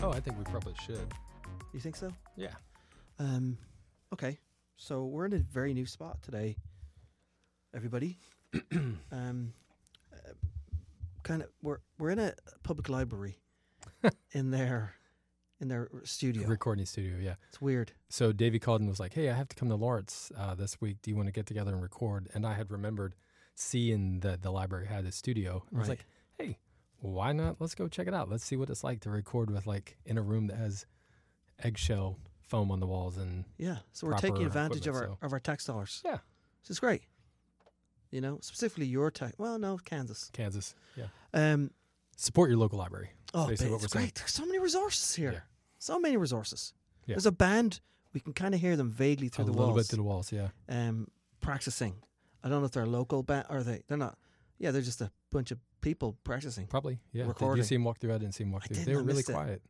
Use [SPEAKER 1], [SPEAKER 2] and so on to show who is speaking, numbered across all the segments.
[SPEAKER 1] Oh, think we probably should.
[SPEAKER 2] You think so?
[SPEAKER 1] Yeah.
[SPEAKER 2] Um, okay. So we're in a very new spot today, everybody. um, uh, kind of we're we're in a public library, in their in their studio.
[SPEAKER 1] Recording studio, yeah.
[SPEAKER 2] It's weird.
[SPEAKER 1] So Davey called and was like, "Hey, I have to come to Lawrence uh, this week. Do you want to get together and record?" And I had remembered seeing that the library had a studio. And I was
[SPEAKER 2] Right.
[SPEAKER 1] like, "Hey, why not? Let's go check it out. Let's see what it's like to record with like in a room that has eggshell foam on the walls." And
[SPEAKER 2] Yeah. So we're
[SPEAKER 1] Proper
[SPEAKER 2] taking advantage of our
[SPEAKER 1] equipment,
[SPEAKER 2] of our tax dollars.
[SPEAKER 1] Yeah.
[SPEAKER 2] This is great. You know, specifically your tax. Well, no, Kansas.
[SPEAKER 1] Kansas, yeah.
[SPEAKER 2] Um.
[SPEAKER 1] Support your local library.
[SPEAKER 2] Oh, babe,
[SPEAKER 1] basically what
[SPEAKER 2] it's
[SPEAKER 1] we're saying.
[SPEAKER 2] great. There's so many resources here.
[SPEAKER 1] Yeah.
[SPEAKER 2] So many resoururces.
[SPEAKER 1] Yeah.
[SPEAKER 2] There's a band. We can kind of hear them vaguely through
[SPEAKER 1] a
[SPEAKER 2] the
[SPEAKER 1] little
[SPEAKER 2] walls.
[SPEAKER 1] bit to the walls, yeah.
[SPEAKER 2] um, practicing. I don't know if they're local band or they they're not. Yeah, they're just a bunch of people practicing.
[SPEAKER 1] Probably, yeah. Did you
[SPEAKER 2] Recording.
[SPEAKER 1] see him walk through? I didn't see him walk
[SPEAKER 2] I
[SPEAKER 1] through.
[SPEAKER 2] didn't,
[SPEAKER 1] They were
[SPEAKER 2] I
[SPEAKER 1] really
[SPEAKER 2] missed it.
[SPEAKER 1] quiet.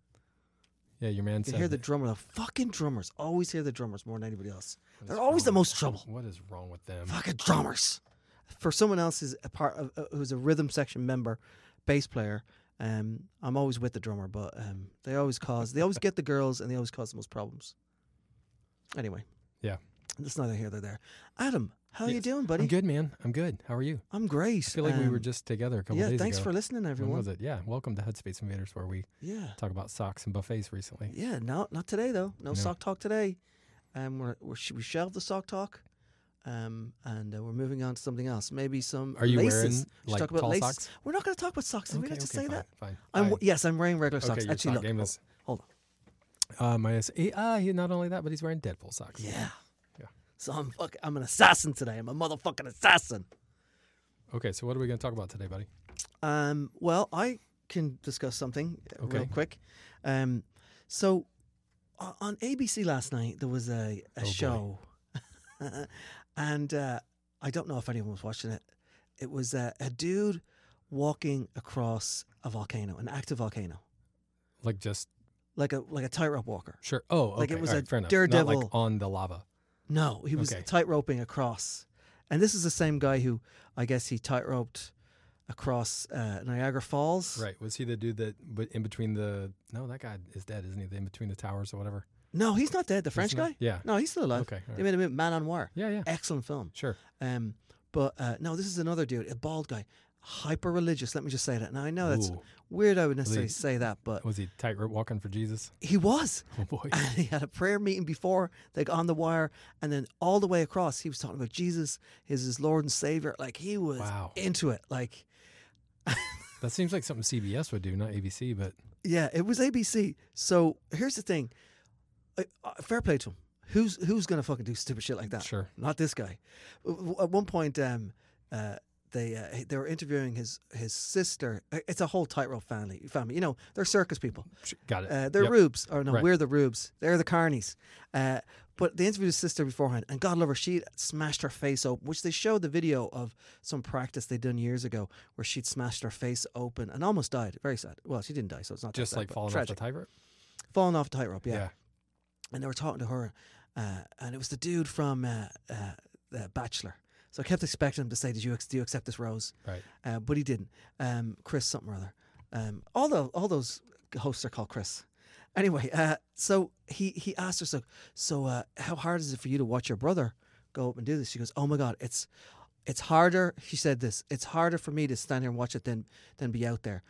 [SPEAKER 1] Yeah, your man
[SPEAKER 2] You
[SPEAKER 1] said.
[SPEAKER 2] can hear the
[SPEAKER 1] that-
[SPEAKER 2] drummer. The fucking drummers always hear the drummers more than anybody else.
[SPEAKER 1] what is
[SPEAKER 2] They're always the
[SPEAKER 1] wrong-
[SPEAKER 2] most trouble.
[SPEAKER 1] What is wrong with them?
[SPEAKER 2] Fucking drummers. For someone else who's a part of uh, who's a rhythm section member, bass player. Um, I'm always with the drummer, but um, they always cause they always get the girls and they always cause the most problems. Anyway.
[SPEAKER 1] Yeah.
[SPEAKER 2] That's neither here nor there. Adam, how are you
[SPEAKER 1] Yes,
[SPEAKER 2] doing, buddy?
[SPEAKER 1] I'm good, man. I'm good. How are you?
[SPEAKER 2] I'm great.
[SPEAKER 1] I feel like we were
[SPEAKER 2] Um,
[SPEAKER 1] just together a couple
[SPEAKER 2] Yeah,
[SPEAKER 1] days
[SPEAKER 2] thanks
[SPEAKER 1] ago.
[SPEAKER 2] for listening,
[SPEAKER 1] When
[SPEAKER 2] everyone.
[SPEAKER 1] was it? Yeah, welcome to Headspace Invaders, where we
[SPEAKER 2] Yeah.
[SPEAKER 1] talk about socks and buffets recently.
[SPEAKER 2] Yeah, no, not today though. No,
[SPEAKER 1] No.
[SPEAKER 2] sock talk today. Um, we're, we're sh- we shelved the sock talk, um, and uh, we're moving on to something else. Maybe some
[SPEAKER 1] Are you
[SPEAKER 2] laces.
[SPEAKER 1] wearing
[SPEAKER 2] We should
[SPEAKER 1] like
[SPEAKER 2] talk about
[SPEAKER 1] tall
[SPEAKER 2] laces.
[SPEAKER 1] socks?
[SPEAKER 2] We're not going to talk about socks. Did we
[SPEAKER 1] Okay,
[SPEAKER 2] not just
[SPEAKER 1] okay,
[SPEAKER 2] say
[SPEAKER 1] fine,
[SPEAKER 2] that?
[SPEAKER 1] Fine.
[SPEAKER 2] I'm
[SPEAKER 1] fine.
[SPEAKER 2] w- yes, I'm wearing regular
[SPEAKER 1] okay,
[SPEAKER 2] socks.
[SPEAKER 1] your
[SPEAKER 2] Actually,
[SPEAKER 1] sock
[SPEAKER 2] look,
[SPEAKER 1] game
[SPEAKER 2] hold-
[SPEAKER 1] is.
[SPEAKER 2] hold on.
[SPEAKER 1] Uh, my S- eh, ah, he, not only that, but he's wearing Deadpool socks.
[SPEAKER 2] Yeah.
[SPEAKER 1] Yeah.
[SPEAKER 2] So I'm fuck, I'm an assassin today. I'm a motherfucking assassin.
[SPEAKER 1] Okay, so what are we going to talk about today, buddy?
[SPEAKER 2] Um, well, I can discuss something uh, real
[SPEAKER 1] Okay.
[SPEAKER 2] quick. Um, so o- on ABC last night there was a, a
[SPEAKER 1] Oh, boy.
[SPEAKER 2] show, and uh, I don't know if anyone was watching it. It was uh, a dude walking across a volcano, an active volcano,
[SPEAKER 1] Like just
[SPEAKER 2] like a like a tightrope walker.
[SPEAKER 1] sure. Oh, okay.
[SPEAKER 2] Like it was
[SPEAKER 1] all
[SPEAKER 2] a
[SPEAKER 1] right, fair enough. Not
[SPEAKER 2] daredevil-
[SPEAKER 1] like on the lava.
[SPEAKER 2] No, he was
[SPEAKER 1] Okay.
[SPEAKER 2] tightroping across, and this is the same guy who I guess he tightroped across uh, Niagara Falls.
[SPEAKER 1] Right. Was he the dude that but in between the? No, that guy is dead, isn't he? The in between the towers or whatever.
[SPEAKER 2] No, he's not dead. The French
[SPEAKER 1] Isn't
[SPEAKER 2] guy.
[SPEAKER 1] he? Yeah.
[SPEAKER 2] No, he's still alive.
[SPEAKER 1] Okay. all
[SPEAKER 2] They
[SPEAKER 1] right.
[SPEAKER 2] made a bit Man on Wire.
[SPEAKER 1] Yeah. Yeah.
[SPEAKER 2] Excellent film.
[SPEAKER 1] Sure.
[SPEAKER 2] Um, but uh, no, this is another dude, a bald guy, hyper religious. Let me just say that. Now I know Oh, that's
[SPEAKER 1] Ooh.
[SPEAKER 2] weird. I would necessarily
[SPEAKER 1] Really?
[SPEAKER 2] say that, but
[SPEAKER 1] Was he tightrope walking for Jesus?
[SPEAKER 2] he was,
[SPEAKER 1] Oh boy.
[SPEAKER 2] and he had a prayer meeting before, like on the wire, and then all the way across, he was talking about Jesus, his his Lord and Savior. Like he was
[SPEAKER 1] Wow.
[SPEAKER 2] into it. Like
[SPEAKER 1] That seems like something CBS would do, not ABC, but
[SPEAKER 2] yeah, it was ABC. So here's the thing, Uh, uh, fair play to him. Who's who's gonna fucking do stupid shit like that?
[SPEAKER 1] sure.
[SPEAKER 2] not this guy. W- w- At one point, um, uh, they uh, h- they were interviewing his his sister. Uh, It's a whole tightrope family. Family, you know, they're circus people.
[SPEAKER 1] Sh- Got it.
[SPEAKER 2] Uh, they're
[SPEAKER 1] Yep.
[SPEAKER 2] rubes, or no,
[SPEAKER 1] Right.
[SPEAKER 2] we're the rubes. They're the carnies. Uh, but they interviewed his sister beforehand, and God love her, she smashed her face open, which they showed the video of some practice they'd done years ago, where she'd smashed her face open and almost died. Very sad. Well, she didn't die, so it's not that
[SPEAKER 1] Just
[SPEAKER 2] sad,
[SPEAKER 1] like
[SPEAKER 2] but
[SPEAKER 1] falling
[SPEAKER 2] uh, tragic.
[SPEAKER 1] off the tightrope.
[SPEAKER 2] falling off a tightrope. yeah
[SPEAKER 1] yeah.
[SPEAKER 2] and they were talking to her, uh, and it was the dude from uh, uh, The Bachelor. So I kept expecting him to say, "Did you ex- do you accept this rose?"
[SPEAKER 1] Right.
[SPEAKER 2] Uh, but he didn't. Um, Chris something or other. Um, all the all those hosts are called Chris. Anyway, uh, so he he asked her, "So so uh, how hard is it for you to watch your brother go up and do this?" She goes, "Oh my God, it's." It's harder, she said this. It's harder for me to stand here and watch it than than be out there.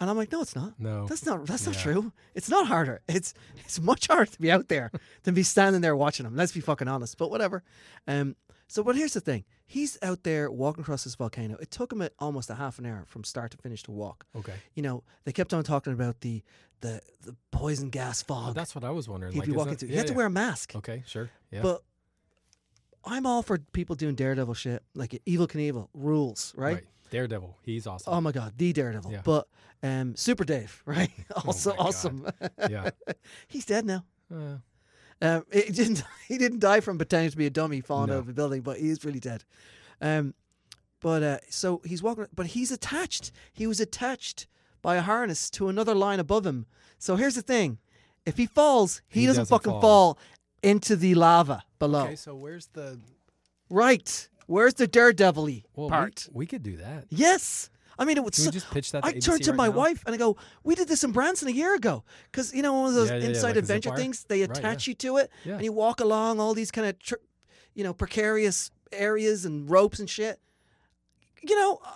[SPEAKER 2] And I'm like, no, it's not.
[SPEAKER 1] No.
[SPEAKER 2] That's not that's not
[SPEAKER 1] Yeah.
[SPEAKER 2] true. It's not harder. It's it's much harder to be out there than be standing there watching them. Let's be fucking honest. But whatever. Um so but here's the thing. He's out there walking across this volcano. It took him a, almost a half an hour from start to finish to walk.
[SPEAKER 1] Okay.
[SPEAKER 2] You know, they kept on talking about the the, the poison gas
[SPEAKER 1] Oh,
[SPEAKER 2] fog
[SPEAKER 1] that's what I was wondering.
[SPEAKER 2] he'd
[SPEAKER 1] like,
[SPEAKER 2] be
[SPEAKER 1] isn't
[SPEAKER 2] walking
[SPEAKER 1] it-
[SPEAKER 2] through.
[SPEAKER 1] yeah,
[SPEAKER 2] he had to
[SPEAKER 1] yeah.
[SPEAKER 2] wear a mask.
[SPEAKER 1] Okay. Sure. Yeah.
[SPEAKER 2] But I'm all for people doing daredevil shit, like Evil Knievel rules, right?
[SPEAKER 1] Daredevil. He's awesome.
[SPEAKER 2] Oh my god, the Daredevil.
[SPEAKER 1] Yeah. Oh
[SPEAKER 2] But um Super Dave, right? also
[SPEAKER 1] my God.
[SPEAKER 2] awesome.
[SPEAKER 1] yeah.
[SPEAKER 2] He's dead now.
[SPEAKER 1] Uh,
[SPEAKER 2] Um, it didn't. He didn't die from pretending to be a dummy falling
[SPEAKER 1] No.
[SPEAKER 2] out of a building, but he is really dead. Um, but uh, so he's walking, but he's attached. He was attached by a harness to another line above him. So here's the thing: if he falls, he,
[SPEAKER 1] He
[SPEAKER 2] doesn't,
[SPEAKER 1] doesn't
[SPEAKER 2] fucking
[SPEAKER 1] fall.
[SPEAKER 2] fall. into the lava below.
[SPEAKER 1] okay. So where's the
[SPEAKER 2] Right? Where's the daredevil
[SPEAKER 1] well, we-
[SPEAKER 2] part?
[SPEAKER 1] We, could do that.
[SPEAKER 2] Yes, I mean, it would.
[SPEAKER 1] Can
[SPEAKER 2] so-
[SPEAKER 1] we just pitch that? To
[SPEAKER 2] I
[SPEAKER 1] ABC
[SPEAKER 2] turned to
[SPEAKER 1] right
[SPEAKER 2] my
[SPEAKER 1] now?
[SPEAKER 2] wife and I go, "We did this in Branson a year ago because you know one of those
[SPEAKER 1] Yeah, yeah, yeah,
[SPEAKER 2] inside
[SPEAKER 1] like a zip
[SPEAKER 2] adventure
[SPEAKER 1] wire.
[SPEAKER 2] things. They
[SPEAKER 1] Right,
[SPEAKER 2] attach you to it,
[SPEAKER 1] Yeah.
[SPEAKER 2] and you walk along all these kind of, tr- you know, precarious areas and ropes and shit. You know, uh,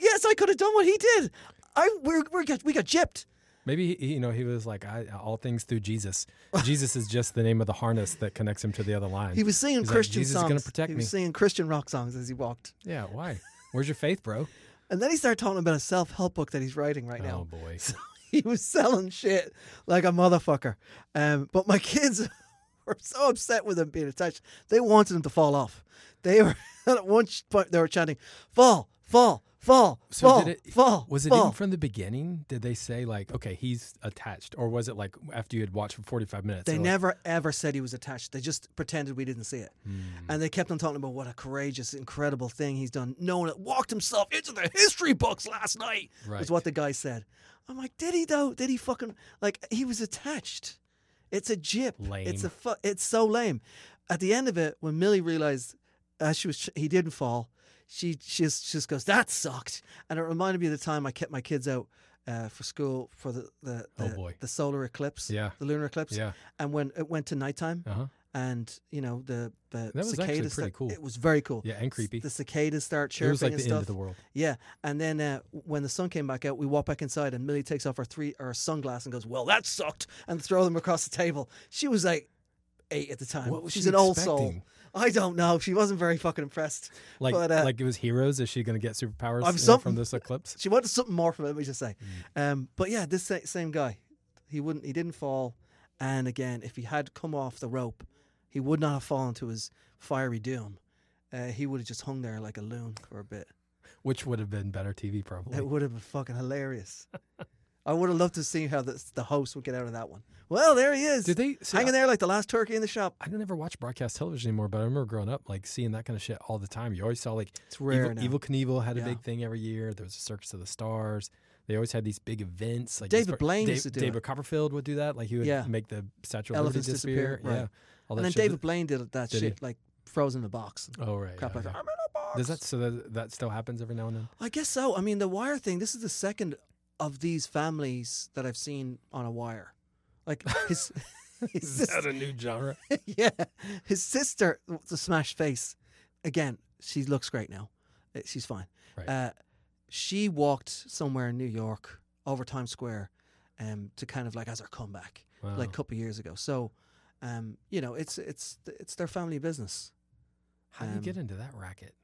[SPEAKER 2] yes, I could have done what he did. I we're, we're got, we got gypped.
[SPEAKER 1] Maybe he, you know he was like, I, "All things through Jesus." Jesus is just the name of the harness that connects him to the other line.
[SPEAKER 2] He was singing
[SPEAKER 1] He's like,
[SPEAKER 2] Christian
[SPEAKER 1] "Jesus is
[SPEAKER 2] songs.
[SPEAKER 1] gonna protect
[SPEAKER 2] he was
[SPEAKER 1] me."
[SPEAKER 2] singing Christian rock songs as he walked,
[SPEAKER 1] yeah. Why? Where's your faith, bro?
[SPEAKER 2] and then he started talking about a self help book that he's writing right now.
[SPEAKER 1] Oh boy.
[SPEAKER 2] he was selling shit like a motherfucker. Um, but my kids were so upset with him being attached. They wanted him to fall off. They were at one sh- point they were chanting, "Fall, fall, fall,
[SPEAKER 1] So
[SPEAKER 2] fall,
[SPEAKER 1] did it?
[SPEAKER 2] fall."
[SPEAKER 1] Was it
[SPEAKER 2] fall.
[SPEAKER 1] even from the beginning? Did they say like, "Okay, he's attached," or was it like after you had watched for forty-five minutes?
[SPEAKER 2] They
[SPEAKER 1] they're like,
[SPEAKER 2] never ever said he was attached. They just pretended we didn't see it.
[SPEAKER 1] Hmm.
[SPEAKER 2] And they kept on talking about what a courageous, incredible thing he's done. No one walked himself into the history books last night.
[SPEAKER 1] Right.
[SPEAKER 2] Was what the guy said. I'm like, did he though? Did he fucking like he was attached? It's a jip. It's a
[SPEAKER 1] Lame.
[SPEAKER 2] fu- it's so lame. At the end of it, when Millie realized as she was he didn't fall, she she just, she just goes, That sucked. And it reminded me of the time I kept my kids out uh, for school for the the,
[SPEAKER 1] Oh,
[SPEAKER 2] the,
[SPEAKER 1] boy.
[SPEAKER 2] the solar eclipse.
[SPEAKER 1] Yeah.
[SPEAKER 2] The lunar eclipse
[SPEAKER 1] Yeah.
[SPEAKER 2] and when it went to nighttime
[SPEAKER 1] Uh huh.
[SPEAKER 2] and you know the the
[SPEAKER 1] That was actually
[SPEAKER 2] cicadas
[SPEAKER 1] pretty
[SPEAKER 2] start-
[SPEAKER 1] cool.
[SPEAKER 2] it was very cool
[SPEAKER 1] Yeah, and creepy.
[SPEAKER 2] the cicadas start chirping
[SPEAKER 1] It was like
[SPEAKER 2] and
[SPEAKER 1] the
[SPEAKER 2] stuff
[SPEAKER 1] end of the world.
[SPEAKER 2] yeah and then uh, when the sun came back out we walk back inside and Millie takes off her three her sunglass and goes well that sucked and throw them across the table she was like eight at the time
[SPEAKER 1] What was
[SPEAKER 2] she's
[SPEAKER 1] she
[SPEAKER 2] an old soul
[SPEAKER 1] expecting?
[SPEAKER 2] I don't know she wasn't very fucking impressed
[SPEAKER 1] Like,
[SPEAKER 2] but, uh,
[SPEAKER 1] like it was heroes. Is she going to get superpowers
[SPEAKER 2] I'm
[SPEAKER 1] you know,
[SPEAKER 2] something-
[SPEAKER 1] from this eclipse?
[SPEAKER 2] she wanted something more from it let me just say um, but yeah this sa- same guy he wouldn't he didn't fall and again if he had come off the rope he would not have fallen to his fiery doom uh, he would have just hung there like a loon for a bit
[SPEAKER 1] Which would have been better TV, probably.
[SPEAKER 2] it would have been fucking hilarious I would have loved to see how the, the host would get out of that one well there he is
[SPEAKER 1] Did they see,
[SPEAKER 2] hanging there like the last turkey in the shop
[SPEAKER 1] I don't ever watch broadcast television anymore, but I remember growing up like seeing that kind of shit all the time. You always saw like
[SPEAKER 2] it's rare
[SPEAKER 1] Evil,
[SPEAKER 2] now
[SPEAKER 1] Evil Knievel had a
[SPEAKER 2] Yeah.
[SPEAKER 1] big thing every year. There was a Circus of the Stars. They always had these big events. Like
[SPEAKER 2] David
[SPEAKER 1] these-
[SPEAKER 2] Blaine
[SPEAKER 1] Da-
[SPEAKER 2] used to do it.
[SPEAKER 1] David Copperfield would do that. Like he would
[SPEAKER 2] Yeah.
[SPEAKER 1] make the Statue of Liberty
[SPEAKER 2] Elephants
[SPEAKER 1] disappear.
[SPEAKER 2] disappear, right.
[SPEAKER 1] Yeah, all that
[SPEAKER 2] and then
[SPEAKER 1] shit.
[SPEAKER 2] David Blaine did that
[SPEAKER 1] Did he?
[SPEAKER 2] shit like frozen in a box and
[SPEAKER 1] Oh right.
[SPEAKER 2] crap
[SPEAKER 1] yeah,
[SPEAKER 2] like
[SPEAKER 1] yeah.
[SPEAKER 2] that. I'm in a box
[SPEAKER 1] Does that so that, that still happens every now and then?
[SPEAKER 2] I guess so. I mean, the wire thing. This is the second of these families that I've seen on a wire. Like his, his sister,
[SPEAKER 1] a new genre?
[SPEAKER 2] yeah, his sister, the smashed face. Again, she looks great now. Uh, She's fine.
[SPEAKER 1] Right.
[SPEAKER 2] Uh, she walked somewhere in New York over Times Square, um, to kind of like as her comeback,
[SPEAKER 1] Wow.
[SPEAKER 2] like a couple of years ago. So, um, you know, it's it's it's their family business.
[SPEAKER 1] how do you
[SPEAKER 2] um,
[SPEAKER 1] get into that racket?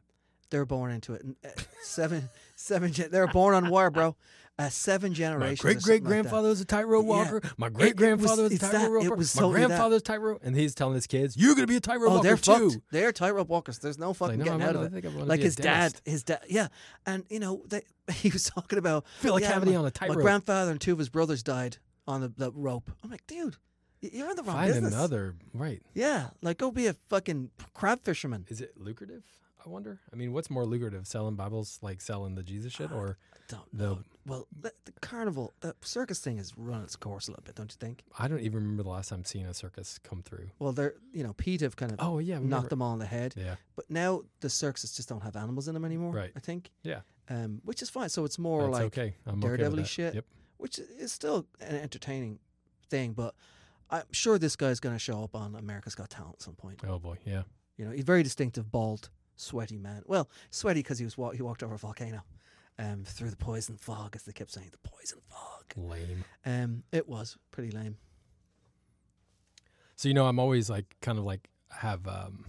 [SPEAKER 2] They're born into it. And, uh, seven, seven. Gen- they're born on wire, bro. Uh, seven
[SPEAKER 1] My
[SPEAKER 2] generations. or
[SPEAKER 1] great great
[SPEAKER 2] something like that.
[SPEAKER 1] grandfather was a tightrope
[SPEAKER 2] Yeah.
[SPEAKER 1] walker. My
[SPEAKER 2] was-
[SPEAKER 1] great grandfather was a
[SPEAKER 2] it's that-
[SPEAKER 1] tightrope
[SPEAKER 2] it
[SPEAKER 1] walker.
[SPEAKER 2] was
[SPEAKER 1] My
[SPEAKER 2] totally that.
[SPEAKER 1] grandfather was tightrope, and he's telling his kids, "You're going to be a tightrope
[SPEAKER 2] oh,
[SPEAKER 1] walker
[SPEAKER 2] they're
[SPEAKER 1] too."
[SPEAKER 2] fucked. They're tightrope walkers. There's no
[SPEAKER 1] It's
[SPEAKER 2] fucking
[SPEAKER 1] no, I
[SPEAKER 2] getting
[SPEAKER 1] wanna-
[SPEAKER 2] out of
[SPEAKER 1] I
[SPEAKER 2] it.
[SPEAKER 1] think I wanna
[SPEAKER 2] Like
[SPEAKER 1] be a
[SPEAKER 2] his dad,
[SPEAKER 1] dentist.
[SPEAKER 2] his dad, yeah, and you know they, he was talking about
[SPEAKER 1] Fill a
[SPEAKER 2] yeah,
[SPEAKER 1] cavity
[SPEAKER 2] my,
[SPEAKER 1] on a
[SPEAKER 2] my
[SPEAKER 1] tightrope.
[SPEAKER 2] grandfather and two of his brothers died on the, the rope. I'm like, dude, y- you're in the wrong
[SPEAKER 1] Find
[SPEAKER 2] business.
[SPEAKER 1] another right.
[SPEAKER 2] Yeah, like go be a fucking crab fisherman.
[SPEAKER 1] Is it lucrative? I wonder. I mean, what's more lucrative, selling Bibles like selling the Jesus shit, or
[SPEAKER 2] Don't
[SPEAKER 1] Uh, No.
[SPEAKER 2] know. Well, the, the carnival, the circus thing has run its course a little bit, don't you think?
[SPEAKER 1] I don't even remember the last time seeing a circus come through.
[SPEAKER 2] Well, they're you know Pete have kind of
[SPEAKER 1] Oh yeah, I remember.
[SPEAKER 2] knocked them all on the head.
[SPEAKER 1] Yeah,
[SPEAKER 2] But now the circuses just don't have animals in them anymore.
[SPEAKER 1] Right.
[SPEAKER 2] I think.
[SPEAKER 1] Yeah.
[SPEAKER 2] Um, which is fine. So it's more
[SPEAKER 1] that's
[SPEAKER 2] like,
[SPEAKER 1] okay. I'm okay with
[SPEAKER 2] daredevil-y
[SPEAKER 1] that.
[SPEAKER 2] shit.
[SPEAKER 1] Yep.
[SPEAKER 2] which is still an entertaining thing, but I'm sure this guy's going to show up on America's Got Talent at some point.
[SPEAKER 1] Oh boy, yeah.
[SPEAKER 2] You know, he's very distinctive, bald, sweaty man. Well, sweaty because he was wa- he walked over a volcano, um, through the poison fog, as they kept saying, the poison fog.
[SPEAKER 1] Lame.
[SPEAKER 2] Um, it was pretty lame.
[SPEAKER 1] So you know, I'm always like kind of like have um,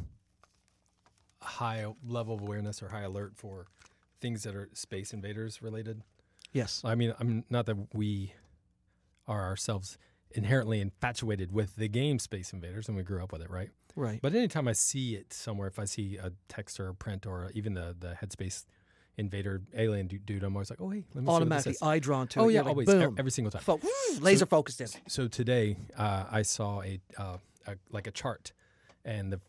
[SPEAKER 1] a high level of awareness or high alert for things that are space invaders related.
[SPEAKER 2] Yes.
[SPEAKER 1] I mean, I'm not that we are ourselves inherently infatuated with the game Space Invaders, and we grew up with it, right?
[SPEAKER 2] Right.
[SPEAKER 1] But anytime I see it somewhere, if I see a text or a print or even the the Headspace Invader alien du- dude, I'm always like, oh hey, let me see what this
[SPEAKER 2] Automatically,
[SPEAKER 1] is."
[SPEAKER 2] eye drawn to it.
[SPEAKER 1] Oh yeah,
[SPEAKER 2] You're like,
[SPEAKER 1] always e-
[SPEAKER 2] Boom.
[SPEAKER 1] every single time.
[SPEAKER 2] Fo- laser focused in.
[SPEAKER 1] So today uh, I saw a, uh, a like a chart, and the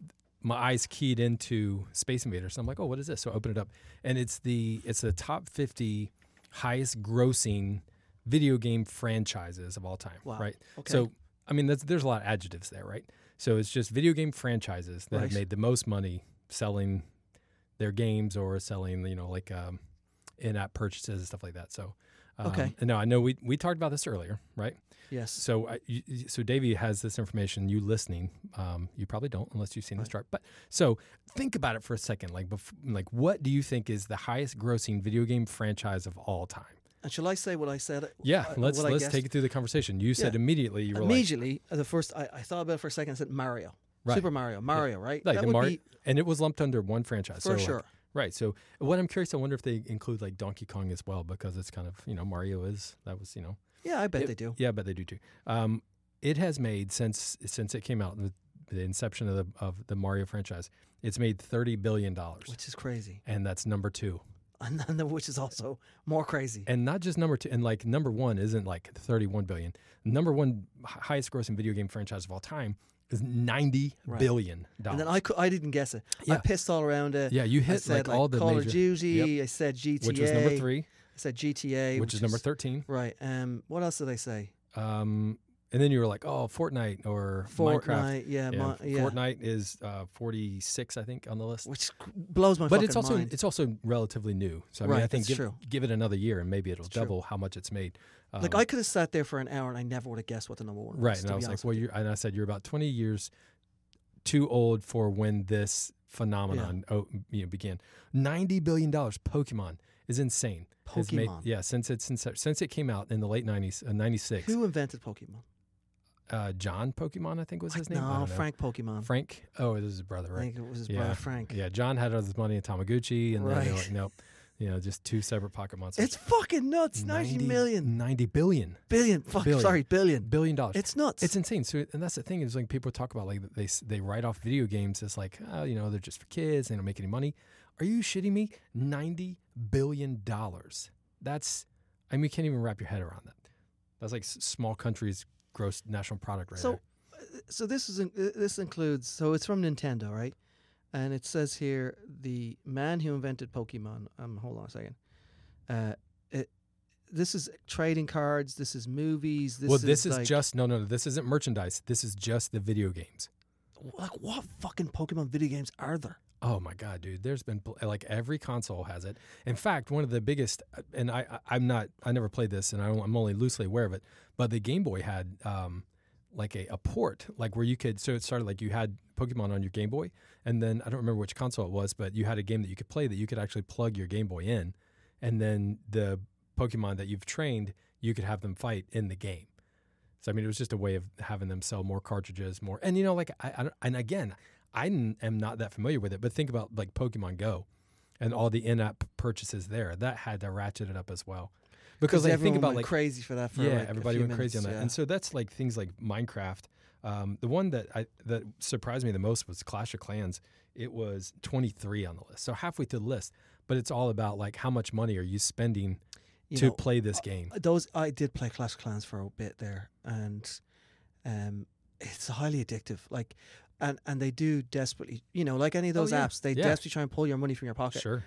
[SPEAKER 1] my eyes keyed into Space Invaders. I'm like, oh, what is this? So I open it up, and it's the it's the top 50 highest grossing video game franchises of all time.
[SPEAKER 2] Wow.
[SPEAKER 1] Right.
[SPEAKER 2] Okay.
[SPEAKER 1] So I mean, that's, there's a lot of adjectives there, right? So it's just video game franchises that
[SPEAKER 2] Right.
[SPEAKER 1] have made the most money selling their games or selling, you know, like um, in-app purchases and stuff like that. So, um,
[SPEAKER 2] Okay.
[SPEAKER 1] And now I know we we talked about this earlier, right?
[SPEAKER 2] Yes.
[SPEAKER 1] So, I, you, you- so Davey has this information. You listening? Um, you probably don't, unless you've seen this chart. But so, think about it for a second. Like, bef- like, what do you think is the highest-grossing video game franchise of all time?
[SPEAKER 2] And shall I say what I said?
[SPEAKER 1] Yeah,
[SPEAKER 2] uh,
[SPEAKER 1] let's
[SPEAKER 2] what I
[SPEAKER 1] let's
[SPEAKER 2] guessed?
[SPEAKER 1] take it through the conversation. You said
[SPEAKER 2] Yeah.
[SPEAKER 1] immediately you were like,
[SPEAKER 2] Immediately, uh, the first I, I thought about it for a second. I said Mario,
[SPEAKER 1] Right.
[SPEAKER 2] Super Mario, Mario, right?
[SPEAKER 1] like
[SPEAKER 2] that
[SPEAKER 1] the
[SPEAKER 2] would
[SPEAKER 1] Mar-
[SPEAKER 2] be
[SPEAKER 1] and it was lumped under one
[SPEAKER 2] for
[SPEAKER 1] franchise so like-
[SPEAKER 2] sure.
[SPEAKER 1] right. So, what I'm curious, I wonder if they include like Donkey Kong as well because it's kind of you know Mario is that was you know
[SPEAKER 2] yeah, I bet
[SPEAKER 1] it-
[SPEAKER 2] they do.
[SPEAKER 1] Yeah, but they do too. Um, it has made since since it came out, the, the inception of the of the Mario franchise, it's made thirty billion dollars,
[SPEAKER 2] Which is crazy,
[SPEAKER 1] and that's number two.
[SPEAKER 2] and then which is also more crazy.
[SPEAKER 1] And not just number two, and like number one isn't like thirty one billion. Number one h- highest grossing video game franchise of all time is ninety billion
[SPEAKER 2] Right.
[SPEAKER 1] dollars.
[SPEAKER 2] And then I, cou- I didn't guess it. I
[SPEAKER 1] Yeah.
[SPEAKER 2] pissed all around it.
[SPEAKER 1] yeah, you
[SPEAKER 2] I
[SPEAKER 1] hit
[SPEAKER 2] said
[SPEAKER 1] like all the
[SPEAKER 2] Call
[SPEAKER 1] major,
[SPEAKER 2] of Duty. I said GTA.
[SPEAKER 1] which was number three,
[SPEAKER 2] I said GTA,
[SPEAKER 1] which, is number thirteen.
[SPEAKER 2] Right. Um. What else did I say?
[SPEAKER 1] Um, and then you were like, oh, Fortnite or Minecraft.
[SPEAKER 2] Fortnite. Yeah.
[SPEAKER 1] Yeah,
[SPEAKER 2] Mon- yeah.
[SPEAKER 1] Fortnite is uh, forty six, I think, on the list.
[SPEAKER 2] Which c- blows my
[SPEAKER 1] but
[SPEAKER 2] fucking
[SPEAKER 1] it's also
[SPEAKER 2] mind.
[SPEAKER 1] it's also relatively new. So I mean,
[SPEAKER 2] Right,
[SPEAKER 1] I think
[SPEAKER 2] that's
[SPEAKER 1] give,
[SPEAKER 2] true.
[SPEAKER 1] give it another year and maybe it'll
[SPEAKER 2] That's true.
[SPEAKER 1] double how much it's made. Um,
[SPEAKER 2] like I could have sat there for an hour and I never would have guessed what the number one.
[SPEAKER 1] right,
[SPEAKER 2] Was,
[SPEAKER 1] and
[SPEAKER 2] to be
[SPEAKER 1] I was like,
[SPEAKER 2] honest
[SPEAKER 1] well,
[SPEAKER 2] with you.
[SPEAKER 1] you and I said you're about 20 years too old for when this phenomenon oh, you know, began. 90 billion dollars Pokemon is insane. Has made-
[SPEAKER 2] Pokemon.
[SPEAKER 1] yeah, since it's incep- since it came out in the late 90s, uh, 96.
[SPEAKER 2] Who invented Pokemon?
[SPEAKER 1] Uh, John Pokemon, I think was
[SPEAKER 2] I-
[SPEAKER 1] his name. I
[SPEAKER 2] No,
[SPEAKER 1] don't know.
[SPEAKER 2] Frank Pokemon.
[SPEAKER 1] Frank. Oh, it was his brother,
[SPEAKER 2] I
[SPEAKER 1] right?
[SPEAKER 2] think it was his
[SPEAKER 1] Yeah.
[SPEAKER 2] brother Frank.
[SPEAKER 1] Yeah, John had all his money in Tamaguchi, and then they were
[SPEAKER 2] Right.
[SPEAKER 1] like, nope, you know, just two separate pocket monsters.
[SPEAKER 2] It's fucking nuts. 90 million.
[SPEAKER 1] 90 billion
[SPEAKER 2] Billion. Fuck,
[SPEAKER 1] Billion.
[SPEAKER 2] Sorry, billion.
[SPEAKER 1] billion dollars
[SPEAKER 2] It's nuts.
[SPEAKER 1] it's insane so and that's the thing is like people talk about like they they write off video games as like oh you know they're just for kids they don't make any money are you shitting me 90 billion dollars that's i mean you can't even wrap your head around that that's like s- small countries gross national product right
[SPEAKER 2] so,
[SPEAKER 1] there.
[SPEAKER 2] uh, so this is in, uh, this includes. So it's from Nintendo, right? And it says here the man who invented Pokemon. Um, hold on a second. Uh, it, this is trading cards. This is movies. This
[SPEAKER 1] well this is,
[SPEAKER 2] like,
[SPEAKER 1] just no no no this isn't merchandise this is just the video games
[SPEAKER 2] like what fucking Pokemon video games are there?
[SPEAKER 1] Oh my god, dude! There's been pl- like every console has it. In fact, one of the biggest, uh, and I, I- I'm not, I never played this, and I don't- I'm only loosely aware of it. But the Game Boy had um, like a, a port, like where you could. So it started like you had Pokemon on your Game Boy, and then I don't remember which console it was, but you had a game that you could play that you could actually plug your Game Boy in, and then the Pokemon that you've trained, you could have them fight in the game. So I mean, it was just a way of having them sell more cartridges, more, and you know, like I, I don't- and again, I n- am not that familiar with it, but think about like Pokemon Go, and all the in-app purchases there. That had to ratchet it up as well, because like,
[SPEAKER 2] everyone
[SPEAKER 1] think about
[SPEAKER 2] went
[SPEAKER 1] like
[SPEAKER 2] crazy for that. For
[SPEAKER 1] yeah,
[SPEAKER 2] like, a
[SPEAKER 1] everybody
[SPEAKER 2] few
[SPEAKER 1] went crazy on that,
[SPEAKER 2] minutes,
[SPEAKER 1] and
[SPEAKER 2] yeah.
[SPEAKER 1] so that's like things like Minecraft. Um, the one that I that surprised me the most was Clash of Clans. It was 23 on the list, so halfway through the list, but it's all about like how much money are you spending
[SPEAKER 2] You
[SPEAKER 1] to
[SPEAKER 2] know, uh,
[SPEAKER 1] play this game.
[SPEAKER 2] those I did play Clash of Clans for a bit there, and um, it's highly addictive. Like, and and they do desperately, you know, like any of
[SPEAKER 1] Oh,
[SPEAKER 2] those
[SPEAKER 1] yeah.
[SPEAKER 2] apps, they
[SPEAKER 1] Yeah.
[SPEAKER 2] desperately try and pull your money from your pocket.
[SPEAKER 1] Sure.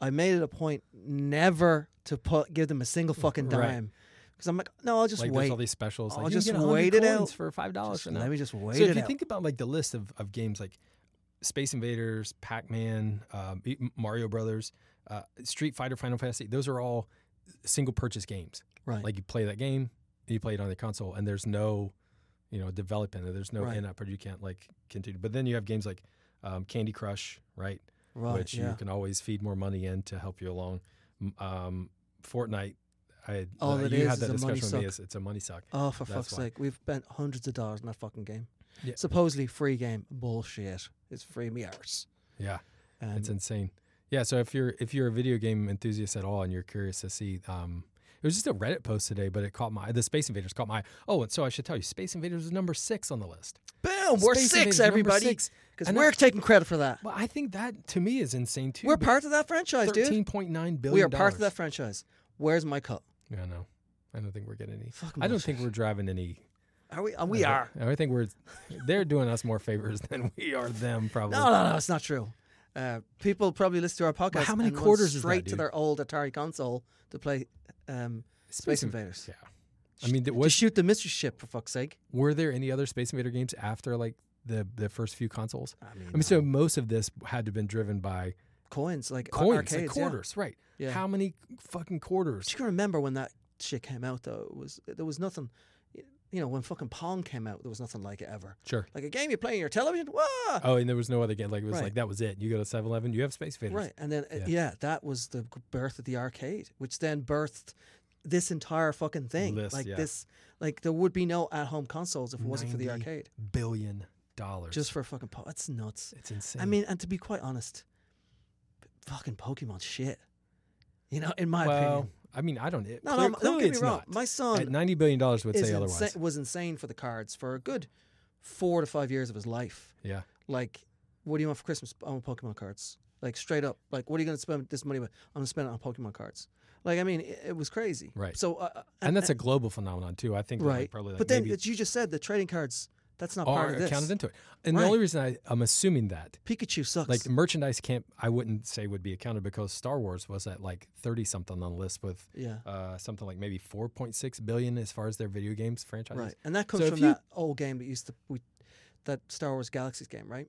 [SPEAKER 2] I made it a point never to put give them a single fucking
[SPEAKER 1] Right.
[SPEAKER 2] dime because I'm like, no, I'll just
[SPEAKER 1] like there's
[SPEAKER 2] wait.
[SPEAKER 1] all these specials.
[SPEAKER 2] I'll
[SPEAKER 1] Like, you
[SPEAKER 2] just
[SPEAKER 1] can get 100
[SPEAKER 2] wait it
[SPEAKER 1] coins
[SPEAKER 2] out.
[SPEAKER 1] for five dollars.
[SPEAKER 2] Just
[SPEAKER 1] So
[SPEAKER 2] let me just wait
[SPEAKER 1] if
[SPEAKER 2] it
[SPEAKER 1] you
[SPEAKER 2] out.
[SPEAKER 1] think about like the list of, of games like Space Invaders, Pac Man, um, e- Mario Brothers, uh, Street Fighter, Final Fantasy, those are all single purchase games.
[SPEAKER 2] right?
[SPEAKER 1] Like you play that game, you play it on the console, and there's no, you know, development. There's no
[SPEAKER 2] Right.
[SPEAKER 1] in app, or you can't like continue. But then you have games like um, Candy Crush, right?
[SPEAKER 2] right?
[SPEAKER 1] which
[SPEAKER 2] yeah.
[SPEAKER 1] you can always feed more money in to help you along. M- Um, Fortnite, I
[SPEAKER 2] All
[SPEAKER 1] uh,
[SPEAKER 2] it
[SPEAKER 1] you
[SPEAKER 2] is
[SPEAKER 1] had
[SPEAKER 2] is
[SPEAKER 1] that
[SPEAKER 2] a money
[SPEAKER 1] discussion with me.
[SPEAKER 2] suck.
[SPEAKER 1] It's, it's a money suck.
[SPEAKER 2] oh, for
[SPEAKER 1] that's
[SPEAKER 2] fuck's
[SPEAKER 1] why.
[SPEAKER 2] sake, we've spent hundreds of dollars on that fucking game.
[SPEAKER 1] Yeah.
[SPEAKER 2] Supposedly free game, bullshit. It's free me arse.
[SPEAKER 1] Yeah,
[SPEAKER 2] Um,
[SPEAKER 1] it's insane. Yeah, so if you're if you're a video game enthusiast at all and you're curious to see, um, it was just a Reddit post today, but it caught my the Space Invaders caught my eye. Oh, and so I should tell you, Space Invaders is number six on the list.
[SPEAKER 2] boom, Oh, we're
[SPEAKER 1] Space Invaders
[SPEAKER 2] six,
[SPEAKER 1] number
[SPEAKER 2] everybody,
[SPEAKER 1] six.
[SPEAKER 2] because
[SPEAKER 1] And
[SPEAKER 2] we're
[SPEAKER 1] I-
[SPEAKER 2] taking credit for that.
[SPEAKER 1] Well, I think that to me is insane too.
[SPEAKER 2] We're part of that franchise, dude.
[SPEAKER 1] thirteen point nine billion.
[SPEAKER 2] We are part of that franchise. Where's my cut?
[SPEAKER 1] Yeah, no, I don't think we're getting any.
[SPEAKER 2] Fuck
[SPEAKER 1] I don't
[SPEAKER 2] bullshit.
[SPEAKER 1] think we're driving any.
[SPEAKER 2] Are we? uh, we
[SPEAKER 1] I
[SPEAKER 2] are.
[SPEAKER 1] think- I think we're. They're doing us more favors than we are them. Probably.
[SPEAKER 2] No, no, no. It's not true. Uh, people probably listen to our podcast.
[SPEAKER 1] how many
[SPEAKER 2] and went
[SPEAKER 1] quarters is that,
[SPEAKER 2] straight to
[SPEAKER 1] dude?
[SPEAKER 2] their old Atari console to play um, Space Invaders?
[SPEAKER 1] Yeah. I mean, it
[SPEAKER 2] To
[SPEAKER 1] was
[SPEAKER 2] shoot the mystery ship for fuck's sake.
[SPEAKER 1] were there any other Space Invader games after like the the first few consoles?
[SPEAKER 2] I mean,
[SPEAKER 1] uh, I mean, so most of this had to have been driven by
[SPEAKER 2] coins, like
[SPEAKER 1] Coins,
[SPEAKER 2] arcades,
[SPEAKER 1] like
[SPEAKER 2] yeah.
[SPEAKER 1] quarters, right?
[SPEAKER 2] Yeah.
[SPEAKER 1] How many fucking quarters?
[SPEAKER 2] But you can remember when that shit came out, though. It was there was nothing. You know, when fucking Pong came out, there was nothing like it ever.
[SPEAKER 1] Sure.
[SPEAKER 2] Like a game you play on your television. Whoa!
[SPEAKER 1] Oh, and there was no other game. Like it was
[SPEAKER 2] Right.
[SPEAKER 1] like that was it. You go to 7-Eleven, you have Space Invaders.
[SPEAKER 2] Right, and then uh,
[SPEAKER 1] Yeah.
[SPEAKER 2] yeah. that was the g- birth of the arcade, which then birthed this entire fucking thing.
[SPEAKER 1] List,
[SPEAKER 2] like
[SPEAKER 1] yeah.
[SPEAKER 2] this, like there would be no at-home consoles if it wasn't for the
[SPEAKER 1] 90
[SPEAKER 2] arcade,
[SPEAKER 1] Billion dollars.
[SPEAKER 2] just for a fucking. Po- it's nuts.
[SPEAKER 1] it's insane.
[SPEAKER 2] I mean, and to be quite honest, fucking Pokemon shit. You know, in my
[SPEAKER 1] well,
[SPEAKER 2] opinion.
[SPEAKER 1] I mean, I don't. It,
[SPEAKER 2] No,
[SPEAKER 1] clear-
[SPEAKER 2] no, don't
[SPEAKER 1] clearly
[SPEAKER 2] get me
[SPEAKER 1] it's
[SPEAKER 2] wrong.
[SPEAKER 1] not.
[SPEAKER 2] My
[SPEAKER 1] At
[SPEAKER 2] son
[SPEAKER 1] ninety billion dollars would
[SPEAKER 2] is
[SPEAKER 1] say
[SPEAKER 2] insa-
[SPEAKER 1] otherwise.
[SPEAKER 2] was insane for the cards for a good four to five years of his life.
[SPEAKER 1] Yeah.
[SPEAKER 2] Like, what do you want for Christmas? I want Pokemon cards. Like straight up. Like, what are you going to spend this money with? I'm going to spend it on Pokemon cards. Like, I mean, it, it was crazy.
[SPEAKER 1] Right.
[SPEAKER 2] So, uh, uh,
[SPEAKER 1] and that's a global phenomenon too. I think that, like,
[SPEAKER 2] right.
[SPEAKER 1] probably like
[SPEAKER 2] but then
[SPEAKER 1] maybe
[SPEAKER 2] that you just said the trading cards. That's not part
[SPEAKER 1] are
[SPEAKER 2] of this.
[SPEAKER 1] counted into it. And the
[SPEAKER 2] Right.
[SPEAKER 1] only reason I, I'm assuming that,
[SPEAKER 2] Pikachu sucks.
[SPEAKER 1] like merchandise, can't I wouldn't say would be accounted because Star Wars was at like thirty something on the list with
[SPEAKER 2] yeah.
[SPEAKER 1] uh, something like maybe four point six billion as far as their video games franchises.
[SPEAKER 2] Right. And that comes
[SPEAKER 1] So if
[SPEAKER 2] from
[SPEAKER 1] you-
[SPEAKER 2] that old game that used to we, that Star Wars Galaxies game, right?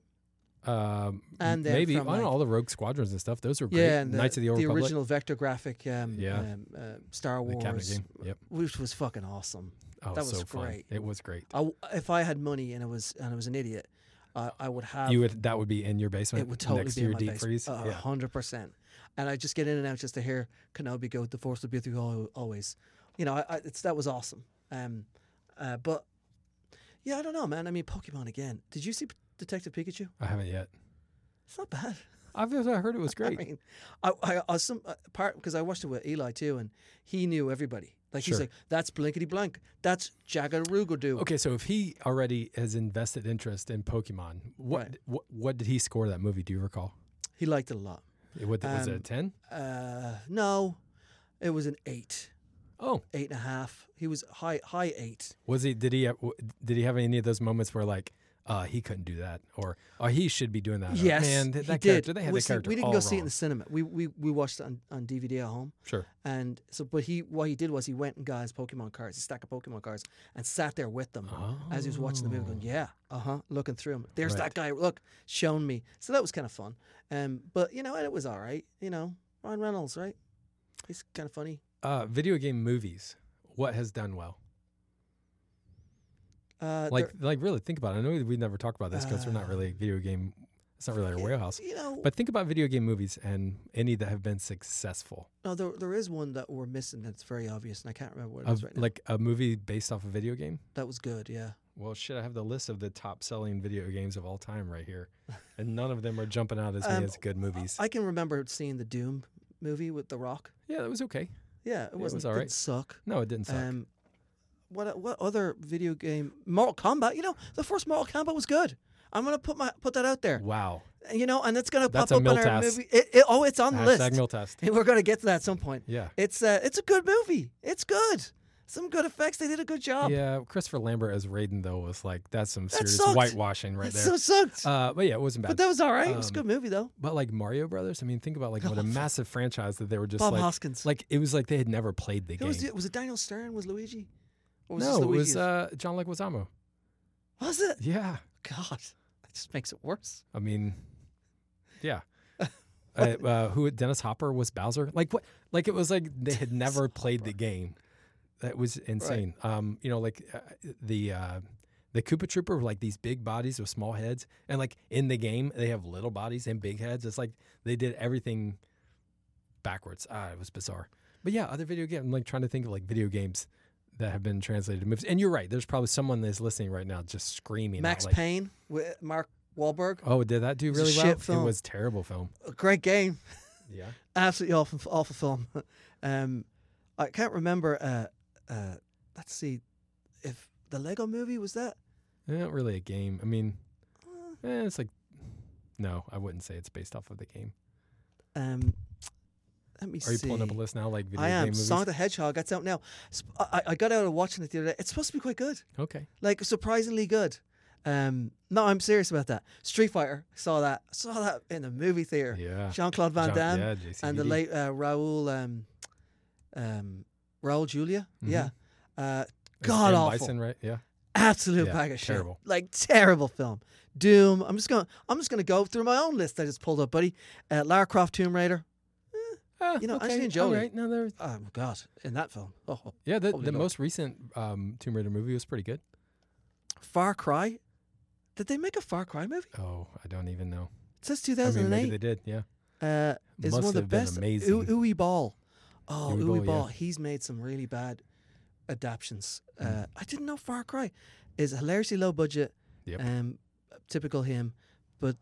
[SPEAKER 1] Um,
[SPEAKER 2] And then
[SPEAKER 1] maybe I
[SPEAKER 2] from,
[SPEAKER 1] don't know,
[SPEAKER 2] like-
[SPEAKER 1] all the Rogue Squadrons and stuff. Those were great.
[SPEAKER 2] Yeah, and the,
[SPEAKER 1] Knights of the Old Republic,
[SPEAKER 2] original vector graphic um,
[SPEAKER 1] Yeah.
[SPEAKER 2] um, uh, Star
[SPEAKER 1] the
[SPEAKER 2] Wars
[SPEAKER 1] cabinet game. Yep.
[SPEAKER 2] which was fucking awesome.
[SPEAKER 1] Oh,
[SPEAKER 2] That was
[SPEAKER 1] so fun.
[SPEAKER 2] great.
[SPEAKER 1] It was great.
[SPEAKER 2] I w if I had money and I was and I was an idiot, I I would have.
[SPEAKER 1] you would that would be in your basement
[SPEAKER 2] it would totally
[SPEAKER 1] next
[SPEAKER 2] be in
[SPEAKER 1] to your
[SPEAKER 2] my Uh-huh.
[SPEAKER 1] deep
[SPEAKER 2] face,
[SPEAKER 1] freeze.
[SPEAKER 2] a
[SPEAKER 1] yeah.
[SPEAKER 2] hundred percent. And I just get in and out just to hear Kenobi go, "The Force will be with you al- always." You know, I, I, it's that was awesome. Um, uh, but yeah, I don't know, man. I mean, Pokemon again. Did you see P- Detective Pikachu?
[SPEAKER 1] I haven't yet.
[SPEAKER 2] It's not bad.
[SPEAKER 1] I've I heard it was
[SPEAKER 2] I
[SPEAKER 1] great.
[SPEAKER 2] mean, I, I, I was some uh, part because I watched it with Eli too, and he knew everybody. Like he's
[SPEAKER 1] Sure.
[SPEAKER 2] like, "That's Blinkety Blank. That's Jagarugo Doo."
[SPEAKER 1] Okay, so if he already has invested interest in Pokemon, what
[SPEAKER 2] Right.
[SPEAKER 1] what, what did he score that movie? Do you recall?
[SPEAKER 2] He liked it a lot.
[SPEAKER 1] It- What, was it a
[SPEAKER 2] Um,
[SPEAKER 1] ten?
[SPEAKER 2] Uh, no, it was an eight,
[SPEAKER 1] Oh,
[SPEAKER 2] eight and a half. He was high, high eight.
[SPEAKER 1] was he? Did he? have- w- Did he have any of those moments where like uh, he couldn't do that, or oh, he should be doing that? or, man, th-
[SPEAKER 2] he did.
[SPEAKER 1] that character. They had
[SPEAKER 2] we,
[SPEAKER 1] that
[SPEAKER 2] see-
[SPEAKER 1] character.
[SPEAKER 2] we didn't
[SPEAKER 1] all
[SPEAKER 2] go see it in
[SPEAKER 1] wrong.
[SPEAKER 2] the cinema. We we we watched it on, on DVD at home,
[SPEAKER 1] Sure.
[SPEAKER 2] and so but he what he did was he went and got his Pokemon cards, his stack of Pokemon cards, and sat there with them as he was watching the movie, going, "Yeah, uh huh," looking through him. There's
[SPEAKER 1] Oh. Right.
[SPEAKER 2] that guy. Look, shown me. So that was kind of fun. Um, but you know, and it was all right. You know, Ryan Reynolds, right? He's kind of funny.
[SPEAKER 1] Uh, video game movies. What has done well?
[SPEAKER 2] Uh,
[SPEAKER 1] Like, like really think about it. I know we never talked about this because we're not
[SPEAKER 2] Uh,
[SPEAKER 1] really video game. It's not really our
[SPEAKER 2] there-
[SPEAKER 1] wheelhouse.
[SPEAKER 2] you know,
[SPEAKER 1] But think about video game movies and any that have been successful.
[SPEAKER 2] no, there, there is one that we're missing that's very obvious, and I can't remember what it
[SPEAKER 1] Of,
[SPEAKER 2] is right now.
[SPEAKER 1] like a movie based off a video game.
[SPEAKER 2] That was good, yeah.
[SPEAKER 1] Well, shit, I have the list of the top selling video games of all time right here. And none of them are jumping out as
[SPEAKER 2] Um,
[SPEAKER 1] me as good movies.
[SPEAKER 2] I can remember seeing the Doom movie with The Rock.
[SPEAKER 1] yeah, that was okay.
[SPEAKER 2] Yeah, it wasn't
[SPEAKER 1] was all
[SPEAKER 2] didn't
[SPEAKER 1] right.
[SPEAKER 2] suck.
[SPEAKER 1] No, it didn't suck.
[SPEAKER 2] Um, what uh, what other video game? Mortal Kombat. You know, the first Mortal Kombat was good. I'm gonna put my put that out there.
[SPEAKER 1] wow.
[SPEAKER 2] You know, and it's gonna
[SPEAKER 1] Mm. That's a
[SPEAKER 2] pop up on
[SPEAKER 1] milk
[SPEAKER 2] our
[SPEAKER 1] test.
[SPEAKER 2] movie. It, it, oh, it's on the
[SPEAKER 1] Hashtag
[SPEAKER 2] list.
[SPEAKER 1] meal test.
[SPEAKER 2] We're gonna get to that at some point.
[SPEAKER 1] Yeah.
[SPEAKER 2] It's uh, it's a good movie. It's good. Some good effects. They did a good job.
[SPEAKER 1] Yeah, Christopher Lambert as Raiden, though, was like, that's some serious
[SPEAKER 2] sucked.
[SPEAKER 1] whitewashing right
[SPEAKER 2] It So
[SPEAKER 1] there.
[SPEAKER 2] sucked.
[SPEAKER 1] uh, but yeah, it wasn't bad.
[SPEAKER 2] but that was all right. it was a
[SPEAKER 1] um,
[SPEAKER 2] good movie though.
[SPEAKER 1] but like Mario Brothers, I mean, think about like what a massive franchise that they were just
[SPEAKER 2] Bob
[SPEAKER 1] like,
[SPEAKER 2] Hoskins.
[SPEAKER 1] like, it was like they had never played the
[SPEAKER 2] Who
[SPEAKER 1] game.
[SPEAKER 2] was it? Was it Daniel Stern? Was Luigi? Or was
[SPEAKER 1] no,
[SPEAKER 2] this
[SPEAKER 1] it was
[SPEAKER 2] Luigi's?
[SPEAKER 1] uh, John Leguizamo.
[SPEAKER 2] was it?
[SPEAKER 1] Yeah.
[SPEAKER 2] God, that just makes it worse.
[SPEAKER 1] I mean, yeah. uh, uh, who Dennis Hopper was Bowser? Like what? Like it was like they had never played the game. That was insane. Um, you know, like uh, the uh, the Koopa Trooper were like these big bodies with small heads, and like in the game they have little bodies and big heads. It's like they did everything backwards. Ah, it was bizarre. But yeah, other video game. I'm like trying to think of like video games that have been translated to movies. And you're right. There's probably someone that's listening right now just screaming. out,
[SPEAKER 2] Max
[SPEAKER 1] like,
[SPEAKER 2] Payne with Mark Wahlberg.
[SPEAKER 1] Oh, did that do
[SPEAKER 2] was a
[SPEAKER 1] really well?
[SPEAKER 2] shit film.
[SPEAKER 1] It was terrible film.
[SPEAKER 2] A great game.
[SPEAKER 1] Yeah.
[SPEAKER 2] Absolutely awful, awful film. Um, I can't remember. Uh, uh, let's see, if the Lego Movie was that.
[SPEAKER 1] Eh, Not really a game. I mean,
[SPEAKER 2] Uh,
[SPEAKER 1] eh, it's like no, I wouldn't say it's based off of the game.
[SPEAKER 2] Um, let me see.
[SPEAKER 1] Are you pulling up a list now, like video
[SPEAKER 2] I
[SPEAKER 1] game
[SPEAKER 2] am.
[SPEAKER 1] movies?
[SPEAKER 2] Song of the Hedgehog. That's out now. Sp- I, I- I got out of watching it the other day. It's supposed to be quite good.
[SPEAKER 1] okay.
[SPEAKER 2] Like surprisingly good. Um, no, I'm serious about that. Street Fighter. Saw that. Saw that in the movie theater.
[SPEAKER 1] Yeah.
[SPEAKER 2] Jean Claude Van
[SPEAKER 1] John-
[SPEAKER 2] Damme.
[SPEAKER 1] yeah, JCVD.
[SPEAKER 2] and the late uh, Raul, um, um, Raul Julia, yeah, uh,
[SPEAKER 1] And-
[SPEAKER 2] god
[SPEAKER 1] and
[SPEAKER 2] awful.
[SPEAKER 1] Mm-hmm. Bison, right? Yeah.
[SPEAKER 2] absolute
[SPEAKER 1] Yeah,
[SPEAKER 2] bag of
[SPEAKER 1] terrible.
[SPEAKER 2] shit. Like terrible film. Doom. I'm just gonna I'm just gonna go through my own list I just pulled up, buddy. Uh, Lara Croft Tomb Raider.
[SPEAKER 1] Ah,
[SPEAKER 2] You know,
[SPEAKER 1] okay,
[SPEAKER 2] Angelina
[SPEAKER 1] all
[SPEAKER 2] Jolie.
[SPEAKER 1] right, no, they're-
[SPEAKER 2] Oh my god, in that film. Oh,
[SPEAKER 1] yeah, the,
[SPEAKER 2] Probably
[SPEAKER 1] the
[SPEAKER 2] not.
[SPEAKER 1] most recent um, Tomb Raider movie was pretty good.
[SPEAKER 2] Far Cry. Did they make a Far Cry movie?
[SPEAKER 1] Oh, I don't even know.
[SPEAKER 2] Since
[SPEAKER 1] I mean,
[SPEAKER 2] 2008.
[SPEAKER 1] maybe they did. Yeah,
[SPEAKER 2] uh, is
[SPEAKER 1] Must
[SPEAKER 2] one of the
[SPEAKER 1] have been
[SPEAKER 2] best.
[SPEAKER 1] amazing.
[SPEAKER 2] U- Uwe Ball. Oh,
[SPEAKER 1] Uwe
[SPEAKER 2] Uwe,
[SPEAKER 1] Boll,
[SPEAKER 2] Ball.
[SPEAKER 1] yeah.
[SPEAKER 2] He's made some really bad adaptions.
[SPEAKER 1] Hmm.
[SPEAKER 2] Uh, I didn't know Far Cry is hilariously low budget.
[SPEAKER 1] Yep.
[SPEAKER 2] Um, typical him, but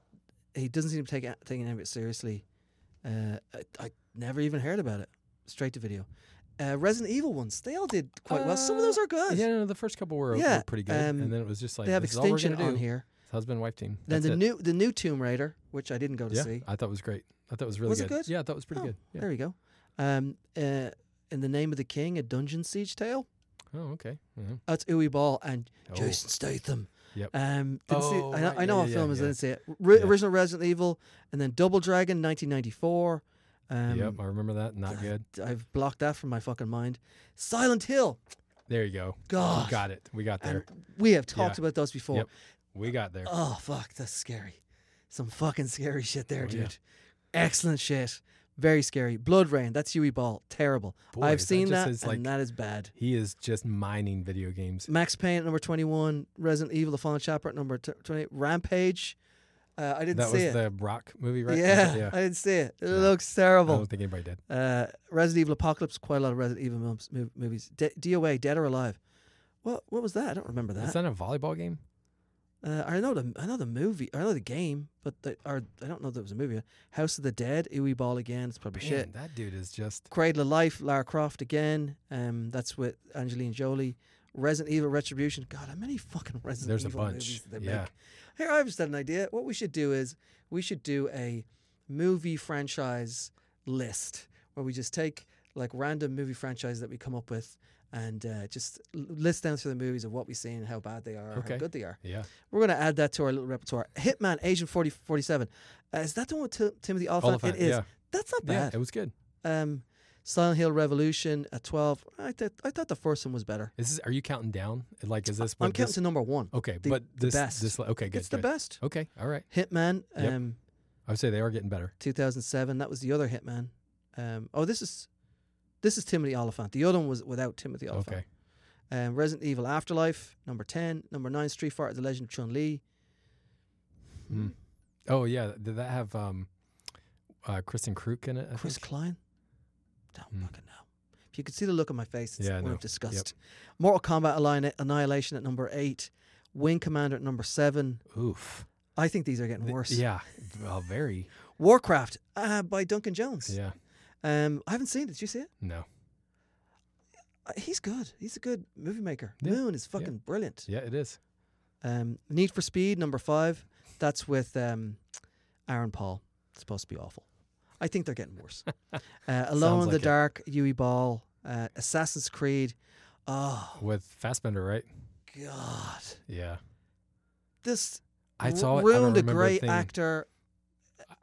[SPEAKER 2] he doesn't seem to take a- taking any of it seriously. Uh, I, I never even heard about it. Straight to video. Uh, Resident Evil ones. They all did quite well. Some of
[SPEAKER 1] Uh,
[SPEAKER 2] those are good.
[SPEAKER 1] yeah. No, the first couple were, were
[SPEAKER 2] Yeah,
[SPEAKER 1] pretty good,
[SPEAKER 2] um,
[SPEAKER 1] and then it was just like
[SPEAKER 2] they have
[SPEAKER 1] this is all we're
[SPEAKER 2] extinction
[SPEAKER 1] gonna
[SPEAKER 2] on
[SPEAKER 1] do.
[SPEAKER 2] here.
[SPEAKER 1] It's Husband wife team.
[SPEAKER 2] Then
[SPEAKER 1] That's
[SPEAKER 2] the
[SPEAKER 1] it.
[SPEAKER 2] new the new Tomb Raider, which I didn't go to
[SPEAKER 1] yeah,
[SPEAKER 2] see.
[SPEAKER 1] I thought it was great. I thought it was really
[SPEAKER 2] Was it
[SPEAKER 1] good.
[SPEAKER 2] good?
[SPEAKER 1] Yeah, I thought it was pretty
[SPEAKER 2] Oh,
[SPEAKER 1] good. Yeah.
[SPEAKER 2] There we go. Um, uh, in the name of the king, a dungeon siege tale.
[SPEAKER 1] Oh, okay. Yeah.
[SPEAKER 2] That's Uwe Ball and
[SPEAKER 1] Oh.
[SPEAKER 2] Jason Statham.
[SPEAKER 1] Yep.
[SPEAKER 2] Um, didn't see.
[SPEAKER 1] Oh,
[SPEAKER 2] I know,
[SPEAKER 1] right,
[SPEAKER 2] I know
[SPEAKER 1] yeah,
[SPEAKER 2] what
[SPEAKER 1] yeah,
[SPEAKER 2] film is. I
[SPEAKER 1] yeah.
[SPEAKER 2] didn't see it. Ri
[SPEAKER 1] Yeah.
[SPEAKER 2] Original Resident Evil, and then Double Dragon, 1994. Um,
[SPEAKER 1] yep, I remember that. Not good.
[SPEAKER 2] I've blocked that from my fucking mind. Silent Hill.
[SPEAKER 1] There you go.
[SPEAKER 2] God.
[SPEAKER 1] We got it. We got
[SPEAKER 2] And
[SPEAKER 1] there.
[SPEAKER 2] we have talked
[SPEAKER 1] Yeah.
[SPEAKER 2] about those before.
[SPEAKER 1] Yep. We got there.
[SPEAKER 2] Oh fuck, that's scary. Some fucking scary shit there,
[SPEAKER 1] Oh,
[SPEAKER 2] dude.
[SPEAKER 1] yeah.
[SPEAKER 2] Excellent shit. Very scary. Blood Rain. That's Uwe Ball. Terrible.
[SPEAKER 1] Boy,
[SPEAKER 2] I've
[SPEAKER 1] that
[SPEAKER 2] seen
[SPEAKER 1] just
[SPEAKER 2] that,
[SPEAKER 1] is
[SPEAKER 2] and
[SPEAKER 1] like-
[SPEAKER 2] that is bad.
[SPEAKER 1] He is just mining video games.
[SPEAKER 2] Max Payne at number 21, Resident Evil, The Fallen Chapter at number t- 28, Rampage. Uh, I didn't
[SPEAKER 1] That
[SPEAKER 2] see
[SPEAKER 1] was
[SPEAKER 2] it.
[SPEAKER 1] the Rock movie, right? Was it?
[SPEAKER 2] yeah,
[SPEAKER 1] yeah.
[SPEAKER 2] I didn't see it. It
[SPEAKER 1] No.
[SPEAKER 2] looks
[SPEAKER 1] I
[SPEAKER 2] terrible.
[SPEAKER 1] don't think anybody did.
[SPEAKER 2] Uh, Resident Evil Apocalypse, quite a lot of Resident Evil mom- mov- movies. De- DOA, Dead or Alive. What what was that? I don't remember
[SPEAKER 1] Is
[SPEAKER 2] that.
[SPEAKER 1] that a volleyball game?
[SPEAKER 2] Uh, I know the I know the movie. I know the game, but the, or I don't know if there was a movie. House of the Dead, Uwe Ball again. It's probably shit.
[SPEAKER 1] Man, that dude is just.
[SPEAKER 2] Cradle of Life, Lara Croft again. Um, that's with Angelina Jolie. Resident Evil Retribution. God, how many fucking Resident
[SPEAKER 1] There's a
[SPEAKER 2] Evil
[SPEAKER 1] bunch.
[SPEAKER 2] movies did they
[SPEAKER 1] Yeah.
[SPEAKER 2] make? Here, I've just had an idea. What we should do is we should do a movie franchise list where we just take like random movie franchises that we come up with and uh, just l- list down through the movies of what we've seen, how bad they are, how
[SPEAKER 1] Okay.
[SPEAKER 2] good they are.
[SPEAKER 1] Yeah.
[SPEAKER 2] We're going to add that to our little repertoire. Hitman, Agent 40, 47. Uh, is that the one with Tim- Timothy Oliphant?
[SPEAKER 1] Oliphant,
[SPEAKER 2] It is.
[SPEAKER 1] yeah.
[SPEAKER 2] That's not
[SPEAKER 1] Yeah,
[SPEAKER 2] bad.
[SPEAKER 1] it was good.
[SPEAKER 2] Um, Silent Hill Revolution at twelve. I thought I thought the first one was better.
[SPEAKER 1] Is this, are you counting down? Like, is this?
[SPEAKER 2] I'm
[SPEAKER 1] what
[SPEAKER 2] counting
[SPEAKER 1] this,
[SPEAKER 2] to number one.
[SPEAKER 1] Okay,
[SPEAKER 2] the-
[SPEAKER 1] but
[SPEAKER 2] the
[SPEAKER 1] this,
[SPEAKER 2] best.
[SPEAKER 1] this, okay, good.
[SPEAKER 2] it's the
[SPEAKER 1] good.
[SPEAKER 2] best.
[SPEAKER 1] Okay, all right.
[SPEAKER 2] Hitman,
[SPEAKER 1] Yep.
[SPEAKER 2] um,
[SPEAKER 1] I would say they are getting better.
[SPEAKER 2] 2007. That was the other Hitman. Um, oh, this is this is Timothy Oliphant. The other one was without Timothy Oliphant.
[SPEAKER 1] Okay.
[SPEAKER 2] Um, Resident Evil Afterlife, number ten. Number nine, Street Fighter: The Legend of Chun Li.
[SPEAKER 1] Mm. Oh yeah, did that have um, uh, Kristen Kruk in it? I
[SPEAKER 2] Chris
[SPEAKER 1] think?
[SPEAKER 2] Klein. Don't
[SPEAKER 1] Hmm.
[SPEAKER 2] fucking know. If you could see the look on my face, it's
[SPEAKER 1] Yeah, I
[SPEAKER 2] one
[SPEAKER 1] know.
[SPEAKER 2] of
[SPEAKER 1] Yep.
[SPEAKER 2] disgust. Mortal Kombat Annihila- Annihilation at number eight. Wing Commander at number seven.
[SPEAKER 1] Oof.
[SPEAKER 2] I think these are getting
[SPEAKER 1] Th-
[SPEAKER 2] worse.
[SPEAKER 1] Yeah. Well, very.
[SPEAKER 2] Warcraft uh, by Duncan Jones.
[SPEAKER 1] Yeah.
[SPEAKER 2] Um, I haven't seen it. Did you see it?
[SPEAKER 1] No.
[SPEAKER 2] Uh, He's good. He's a good movie maker.
[SPEAKER 1] Yeah,
[SPEAKER 2] Moon is fucking brilliant.
[SPEAKER 1] Yeah, it is.
[SPEAKER 2] Um, Need for Speed number five. That's with um, Aaron Paul. It's supposed to be awful. I think they're getting worse. uh, Alone in the
[SPEAKER 1] like it.
[SPEAKER 2] Dark, Yui Ball, uh, Assassin's Creed. Oh
[SPEAKER 1] With Fassbender, right?
[SPEAKER 2] God,
[SPEAKER 1] Yeah.
[SPEAKER 2] this
[SPEAKER 1] I
[SPEAKER 2] ru-
[SPEAKER 1] saw it. I don't
[SPEAKER 2] ruined a
[SPEAKER 1] remember a
[SPEAKER 2] great
[SPEAKER 1] thing.
[SPEAKER 2] actor.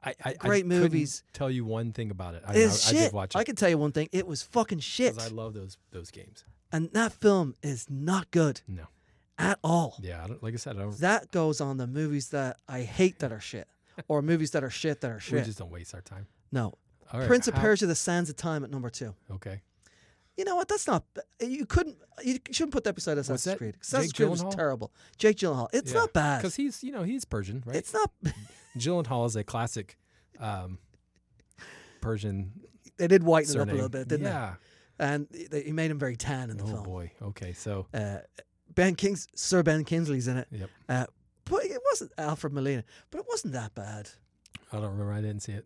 [SPEAKER 1] I, I,
[SPEAKER 2] great
[SPEAKER 1] I
[SPEAKER 2] movies.
[SPEAKER 1] Couldn't tell you one thing about it. I, I,
[SPEAKER 2] It's
[SPEAKER 1] I
[SPEAKER 2] shit.
[SPEAKER 1] did watch
[SPEAKER 2] I
[SPEAKER 1] it
[SPEAKER 2] can tell you one thing. It was fucking shit.
[SPEAKER 1] because I love those those games.
[SPEAKER 2] and that film is not good
[SPEAKER 1] No.
[SPEAKER 2] at all.
[SPEAKER 1] Yeah. I don't, like I said, I don't.
[SPEAKER 2] That goes on the movies that I hate that are shit, or movies that are shit that are
[SPEAKER 1] We
[SPEAKER 2] shit.
[SPEAKER 1] just don't waste our time.
[SPEAKER 2] no,
[SPEAKER 1] All right.
[SPEAKER 2] Prince of
[SPEAKER 1] how-
[SPEAKER 2] Persia: The Sands of Time at number two.
[SPEAKER 1] Okay.
[SPEAKER 2] You know what? That's not. You couldn't. You shouldn't put that beside Assassin's
[SPEAKER 1] that
[SPEAKER 2] Creed.
[SPEAKER 1] Jake
[SPEAKER 2] Assassin's Creed was
[SPEAKER 1] Gyllenhaal?
[SPEAKER 2] terrible. Jake Gyllenhaal. It's
[SPEAKER 1] Yeah.
[SPEAKER 2] not bad.
[SPEAKER 1] Because he's you know he's Persian, right?
[SPEAKER 2] It's not.
[SPEAKER 1] Gyllenhaal is a classic um, Persian
[SPEAKER 2] They did whiten it up
[SPEAKER 1] surname.
[SPEAKER 2] a little bit, didn't
[SPEAKER 1] yeah.
[SPEAKER 2] they? And they, he made him very tan in the
[SPEAKER 1] Oh
[SPEAKER 2] film.
[SPEAKER 1] boy. Okay. So
[SPEAKER 2] Uh, ben Kings, Sir Ben Kingsley's in it.
[SPEAKER 1] Yep.
[SPEAKER 2] Uh, but it wasn't Alfred Molina. But it wasn't that bad.
[SPEAKER 1] I don't remember. I didn't see it.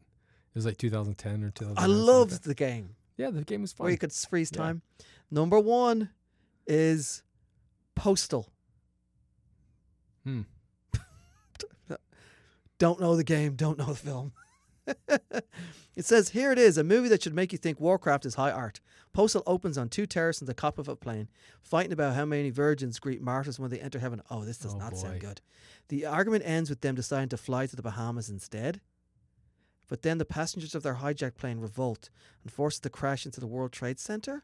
[SPEAKER 1] It was like 2010 or 2009.
[SPEAKER 2] I
[SPEAKER 1] something like
[SPEAKER 2] loved
[SPEAKER 1] that.
[SPEAKER 2] the game.
[SPEAKER 1] Yeah, the game was fun.
[SPEAKER 2] where you could freeze
[SPEAKER 1] Yeah.
[SPEAKER 2] time. Number one is Postal.
[SPEAKER 1] Hmm.
[SPEAKER 2] Don't know the game, don't know the film. it says here it is a movie that should make you think Warcraft is high art. Postal opens on two terrorists in the cop of a plane, fighting about how many virgins greet martyrs when they enter heaven. Oh, this does
[SPEAKER 1] Oh,
[SPEAKER 2] not sound
[SPEAKER 1] boy.
[SPEAKER 2] good. The argument ends with them deciding to fly to the Bahamas instead. But then the passengers of their hijacked plane revolt and force it to crash into the World Trade Center.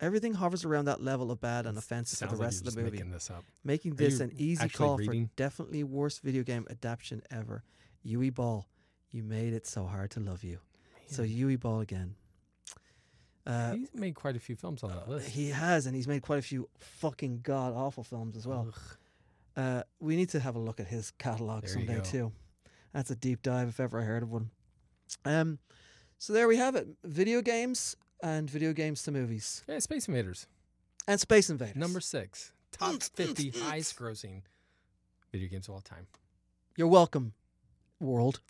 [SPEAKER 2] Everything hovers around that level of bad and offensive for
[SPEAKER 1] Sounds
[SPEAKER 2] the
[SPEAKER 1] like
[SPEAKER 2] rest
[SPEAKER 1] you're
[SPEAKER 2] of
[SPEAKER 1] just
[SPEAKER 2] the movie.
[SPEAKER 1] making this up.
[SPEAKER 2] Making this
[SPEAKER 1] you
[SPEAKER 2] an easy
[SPEAKER 1] actually
[SPEAKER 2] call
[SPEAKER 1] reading?
[SPEAKER 2] for definitely worst video game adaptation ever. Yui Ball, you made it so hard to love you. So Yui Ball again. Uh,
[SPEAKER 1] He's made quite a few films on that list.
[SPEAKER 2] he has, and he's made quite a few fucking god awful films as well.
[SPEAKER 1] Ugh.
[SPEAKER 2] Uh, we need to have a look at his catalog
[SPEAKER 1] There you
[SPEAKER 2] someday
[SPEAKER 1] go.
[SPEAKER 2] too. That's a deep dive if ever I heard of one. Um, so there we have it: video games and video games to movies
[SPEAKER 1] Yeah, Space Invaders.
[SPEAKER 2] and Space Invaders.
[SPEAKER 1] Number six, top 50 highest grossing video games of all time.
[SPEAKER 2] You're welcome, world.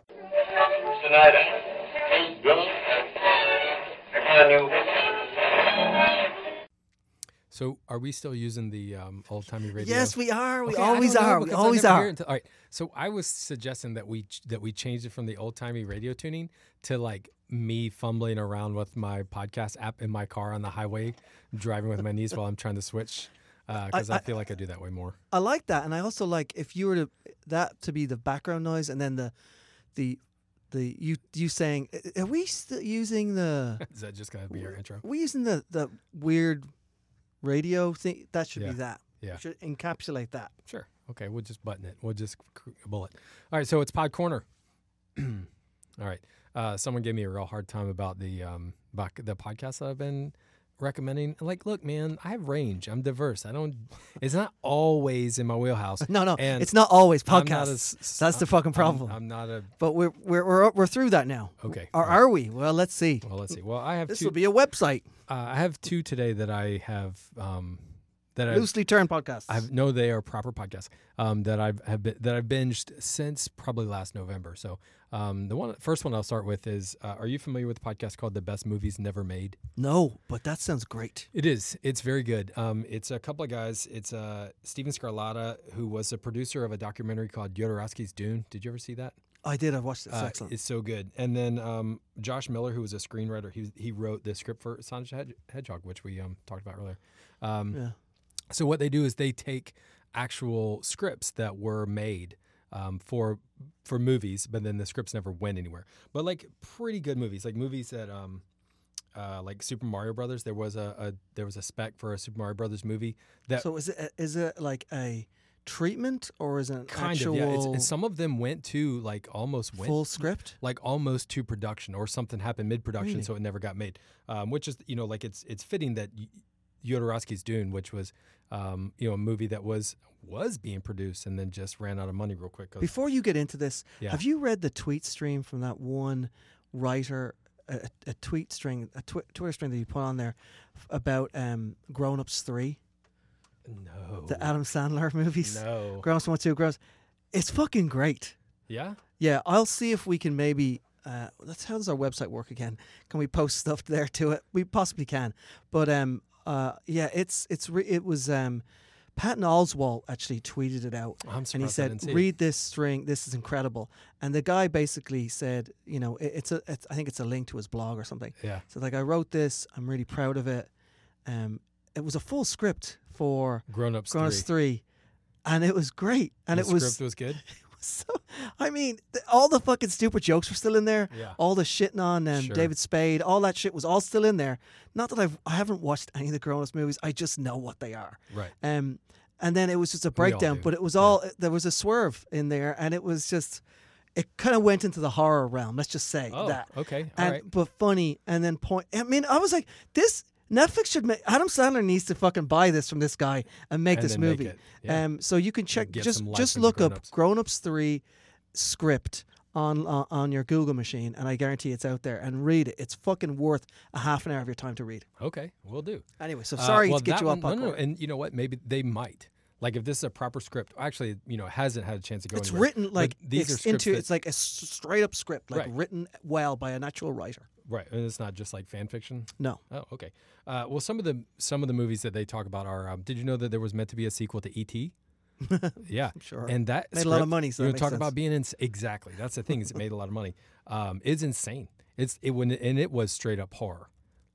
[SPEAKER 3] Mr. Snyder. Yes? I found you.
[SPEAKER 1] So, are we still using the um, old timey radio?
[SPEAKER 2] Yes, we are. We
[SPEAKER 1] Okay, I
[SPEAKER 2] always
[SPEAKER 1] don't know
[SPEAKER 2] are. We
[SPEAKER 1] because I
[SPEAKER 2] always
[SPEAKER 1] never hear it
[SPEAKER 2] are.
[SPEAKER 1] until- all right. So I was suggesting that we ch- that we changed it from the old timey radio tuning to like me fumbling around with my podcast app in my car on the highway, driving with my knees while I'm trying to switch because I, feel like I do that way more.
[SPEAKER 2] I like that, and I also like if you were to that to be the background noise, and then the the the you you saying, are we still using the?
[SPEAKER 1] Is that just gonna be your intro?
[SPEAKER 2] we using the the weird radio thing that should
[SPEAKER 1] Yeah.
[SPEAKER 2] be that
[SPEAKER 1] Yeah.
[SPEAKER 2] We should encapsulate that
[SPEAKER 1] Sure. Okay, we'll just button it. We'll just cr- bullet. All right. So it's Pod Corner. all right. Uh, someone gave me a real hard time about the um about the podcast that I've been recommending. Like, look, man, I have range. I'm diverse. I don't. It's not always in my wheelhouse.
[SPEAKER 2] no no
[SPEAKER 1] And
[SPEAKER 2] it's not always
[SPEAKER 1] I'm not
[SPEAKER 2] podcasts
[SPEAKER 1] as-
[SPEAKER 2] that's the fucking
[SPEAKER 1] I'm-
[SPEAKER 2] problem
[SPEAKER 1] I'm, not a.
[SPEAKER 2] but we're, we're we're we're through that now
[SPEAKER 1] Okay,
[SPEAKER 2] or
[SPEAKER 1] all right.
[SPEAKER 2] are we well let's see
[SPEAKER 1] Well, let's see. Well, I have
[SPEAKER 2] this
[SPEAKER 1] two.
[SPEAKER 2] will be a website
[SPEAKER 1] uh, I have two today that I have. Um, that I've
[SPEAKER 2] loosely turned podcasts
[SPEAKER 1] I've no, they are proper podcasts um, that I've have been, that I've binged since probably last November. So um, the one first one I'll start with is: uh, Are you familiar with a podcast called "The Best Movies Never Made"?
[SPEAKER 2] no but that sounds great
[SPEAKER 1] It is. It's very good. Um, it's a couple of guys. It's uh, Steven Scarlatta, who was a producer of a documentary called Jodorowsky's Dune. Did you ever see that?
[SPEAKER 2] i did i watched it it's
[SPEAKER 1] Uh,
[SPEAKER 2] excellent
[SPEAKER 1] It's so good. And then um, Josh Miller, who was a screenwriter, he he wrote the script for Sonic the Hedge- Hedgehog, which we um, talked about earlier. Um,
[SPEAKER 2] Yeah.
[SPEAKER 1] So what they do is they take actual scripts that were made um, for for movies, but then the scripts never went anywhere. But like pretty good movies, like movies that. Um, uh, like Super Mario Brothers, there was a, a there was a spec for a Super Mario Brothers movie that
[SPEAKER 2] so is it is it like a treatment or is it an
[SPEAKER 1] kind
[SPEAKER 2] actual
[SPEAKER 1] of yeah. It's, and some of them went to like almost went
[SPEAKER 2] full script
[SPEAKER 1] like almost to production or something happened mid production
[SPEAKER 2] Really?
[SPEAKER 1] so it never got made um, which is you know like it's it's fitting that Y- Jodorowsky's Dune which was um, you know a movie that was was being produced and then just ran out of money real quick 'cause-
[SPEAKER 2] Before you get into this,
[SPEAKER 1] Yeah.
[SPEAKER 2] have you read the tweet stream from that one writer? A, a tweet string, a twi- Twitter string that he put on there f- about um, Grown Ups Three,
[SPEAKER 1] no
[SPEAKER 2] the Adam Sandler movies.
[SPEAKER 1] no
[SPEAKER 2] Grown Ups One, Two, Grown Ups. It's fucking great.
[SPEAKER 1] yeah
[SPEAKER 2] Yeah, I'll see if we can maybe. Uh, that's how does our website work again? Can we post stuff there to it? We possibly can, but um, uh, yeah, it's it's re- it was um, Patton Oswalt actually tweeted it out,
[SPEAKER 1] Oh, I'm surprised
[SPEAKER 2] and he
[SPEAKER 1] I
[SPEAKER 2] said,
[SPEAKER 1] didn't see it.
[SPEAKER 2] "Read this string. This is incredible." And the guy basically said, "You know, it, it's a it's, I think it's a link to his blog or something."
[SPEAKER 1] yeah
[SPEAKER 2] So like, I wrote this. I'm really proud of it. Um, it was a full script for
[SPEAKER 1] Grown Ups
[SPEAKER 2] Grown
[SPEAKER 1] Three
[SPEAKER 2] Ups Three, and it was great. And
[SPEAKER 1] the
[SPEAKER 2] it was
[SPEAKER 1] script was good
[SPEAKER 2] so I mean, th- all the fucking stupid jokes were still in there.
[SPEAKER 1] Yeah.
[SPEAKER 2] All the shitting on um,
[SPEAKER 1] Sure.
[SPEAKER 2] David Spade, all that shit was all still in there. Not that I've I haven't watched any of the Grown Ups movies. I just know what they are.
[SPEAKER 1] right
[SPEAKER 2] Um, and then it was just a
[SPEAKER 1] all
[SPEAKER 2] breakdown,
[SPEAKER 1] do.
[SPEAKER 2] but it was all there was a swerve in there, and it was just it kind of went into the horror realm. Let's just say
[SPEAKER 1] oh
[SPEAKER 2] that.
[SPEAKER 1] okay all
[SPEAKER 2] And
[SPEAKER 1] right
[SPEAKER 2] but funny, and then point. I mean, I was like, this Netflix should make Adam Sandler needs to fucking buy this from this guy and make
[SPEAKER 1] And
[SPEAKER 2] this
[SPEAKER 1] then make
[SPEAKER 2] movie.
[SPEAKER 1] it, yeah.
[SPEAKER 2] Um, so you can check
[SPEAKER 1] get
[SPEAKER 2] just
[SPEAKER 1] some life
[SPEAKER 2] just
[SPEAKER 1] into
[SPEAKER 2] look
[SPEAKER 1] Grown Ups.
[SPEAKER 2] up Grown Ups Three script on uh, on your Google machine, and I guarantee it's out there. And read it; it's fucking worth a half an hour of your time to read.
[SPEAKER 1] okay we'll do
[SPEAKER 2] Anyway, so
[SPEAKER 1] Uh,
[SPEAKER 2] sorry
[SPEAKER 1] well,
[SPEAKER 2] to get
[SPEAKER 1] that
[SPEAKER 2] you
[SPEAKER 1] one,
[SPEAKER 2] up on.
[SPEAKER 1] no, no, no, and you know what maybe they might like if this is a proper script actually you know it hasn't had a chance to go
[SPEAKER 2] it's
[SPEAKER 1] anywhere.
[SPEAKER 2] written
[SPEAKER 1] But
[SPEAKER 2] like
[SPEAKER 1] these are
[SPEAKER 2] it's
[SPEAKER 1] scripts
[SPEAKER 2] into
[SPEAKER 1] that-
[SPEAKER 2] it's like a s- straight up script, like
[SPEAKER 1] Right.
[SPEAKER 2] written well by an actual writer.
[SPEAKER 1] right and it's not just like fan fiction
[SPEAKER 2] No,
[SPEAKER 1] Oh, okay. Uh, well, some of the some of the movies that they talk about are. Um, did you know that there was meant to be a sequel to E.T.? yeah,
[SPEAKER 2] sure.
[SPEAKER 1] And that
[SPEAKER 2] Made a lot of
[SPEAKER 1] script-
[SPEAKER 2] money, so that
[SPEAKER 1] you know,
[SPEAKER 2] makes
[SPEAKER 1] talk
[SPEAKER 2] sense.
[SPEAKER 1] about being in, exactly. That's the thing is it made a lot of money. Um, it's insane. It's it when and it was straight up horror,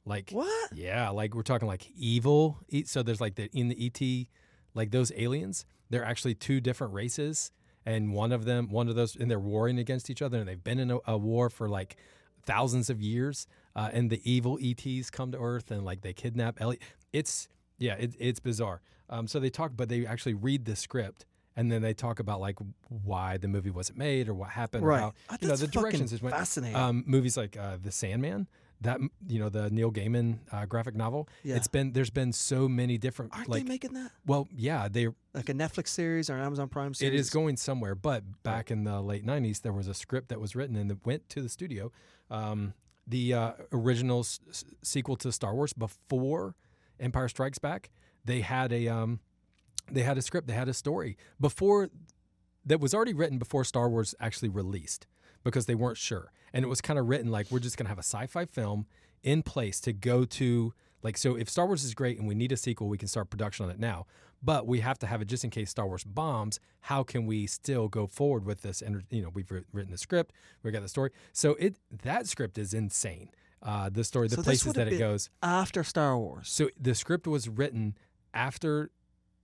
[SPEAKER 1] like
[SPEAKER 2] what?
[SPEAKER 1] yeah, like we're talking like evil. E- So there's like the in the ET, like those aliens. They're actually two different races, and one of them, one of those, and they're warring against each other, and they've been in a, a war for like thousands of years. uh, and the evil ETs come to Earth and like they kidnap Ellie. It's yeah, it, it's bizarre. Um, so they talk, but they actually read the script and then they talk about like why the movie wasn't made or what happened. Or
[SPEAKER 2] Right.
[SPEAKER 1] how,
[SPEAKER 2] Oh,
[SPEAKER 1] you know,
[SPEAKER 2] that's
[SPEAKER 1] the
[SPEAKER 2] fucking
[SPEAKER 1] directions just went
[SPEAKER 2] fascinating.
[SPEAKER 1] Um, movies like uh, The Sandman. That m- you know the Neil Gaiman uh, graphic novel.
[SPEAKER 2] Yeah.
[SPEAKER 1] It's been there's been so many different
[SPEAKER 2] Aren't
[SPEAKER 1] like
[SPEAKER 2] they making that
[SPEAKER 1] well yeah they
[SPEAKER 2] like a Netflix series or an Amazon Prime series?
[SPEAKER 1] it is going somewhere, but back in the late '90s, there was a script that was written and it went to the studio. Um, the uh, original s- s- sequel to Star Wars before Empire Strikes Back, they had a um, they had a script, they had a story before that was already written before Star Wars actually released because they weren't sure, and it was kind of written like we're just gonna have a sci-fi film in place to go to like so if Star Wars is great and we need a sequel, we can start production on it now. But we have to have it just in case Star Wars bombs. How can we still go forward with this? And you know, we've writ- written the script, we got the story. So it that script is insane. Uh, the story, the
[SPEAKER 2] So this
[SPEAKER 1] places
[SPEAKER 2] would've
[SPEAKER 1] that it
[SPEAKER 2] been-
[SPEAKER 1] goes.
[SPEAKER 2] after Star Wars.
[SPEAKER 1] So the script was written after,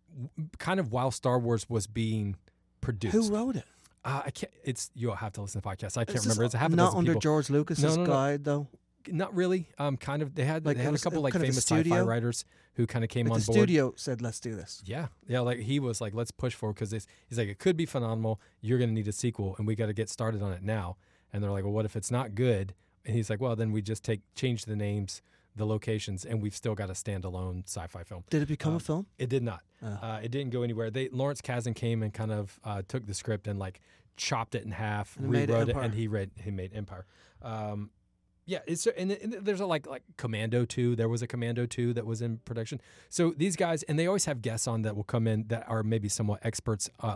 [SPEAKER 1] w- kind of while Star Wars was being produced.
[SPEAKER 2] Who wrote it?
[SPEAKER 1] Uh, I can't. It's you'll have to listen to the podcast. I can't
[SPEAKER 2] Is this
[SPEAKER 1] remember. It's a half a
[SPEAKER 2] not
[SPEAKER 1] dozen
[SPEAKER 2] under
[SPEAKER 1] people.
[SPEAKER 2] George Lucas's
[SPEAKER 1] No, no, no.
[SPEAKER 2] guide though.
[SPEAKER 1] Not really. Um, kind of. They had
[SPEAKER 2] Like,
[SPEAKER 1] they
[SPEAKER 2] it
[SPEAKER 1] had
[SPEAKER 2] was
[SPEAKER 1] a couple like
[SPEAKER 2] kind of a
[SPEAKER 1] famous sci-fi
[SPEAKER 2] studio?
[SPEAKER 1] writers who kind of came
[SPEAKER 2] Like
[SPEAKER 1] on
[SPEAKER 2] the
[SPEAKER 1] board.
[SPEAKER 2] studio said, "Let's do this."
[SPEAKER 1] Yeah, yeah. Like he was like, let's push forward because he's like, it could be phenomenal. You're gonna need a sequel, and we got to get started on it now. And they're like, well, what if it's not good? And he's like, well, then we just take change the names, the locations, and we've still got a standalone sci-fi film.
[SPEAKER 2] Did it become
[SPEAKER 1] Um,
[SPEAKER 2] a film?
[SPEAKER 1] It did not.
[SPEAKER 2] Oh.
[SPEAKER 1] Uh, it didn't go anywhere. They Lawrence Kasdan came and kind of uh, took the script and like chopped it in half,
[SPEAKER 2] And made
[SPEAKER 1] rewrote it,
[SPEAKER 2] Empire.
[SPEAKER 1] and he read he made Empire. Um, yeah, it's and, and there's a like like Commando two. There was a Commando two that was in production. So these guys and they always have guests on that will come in that are maybe somewhat experts uh,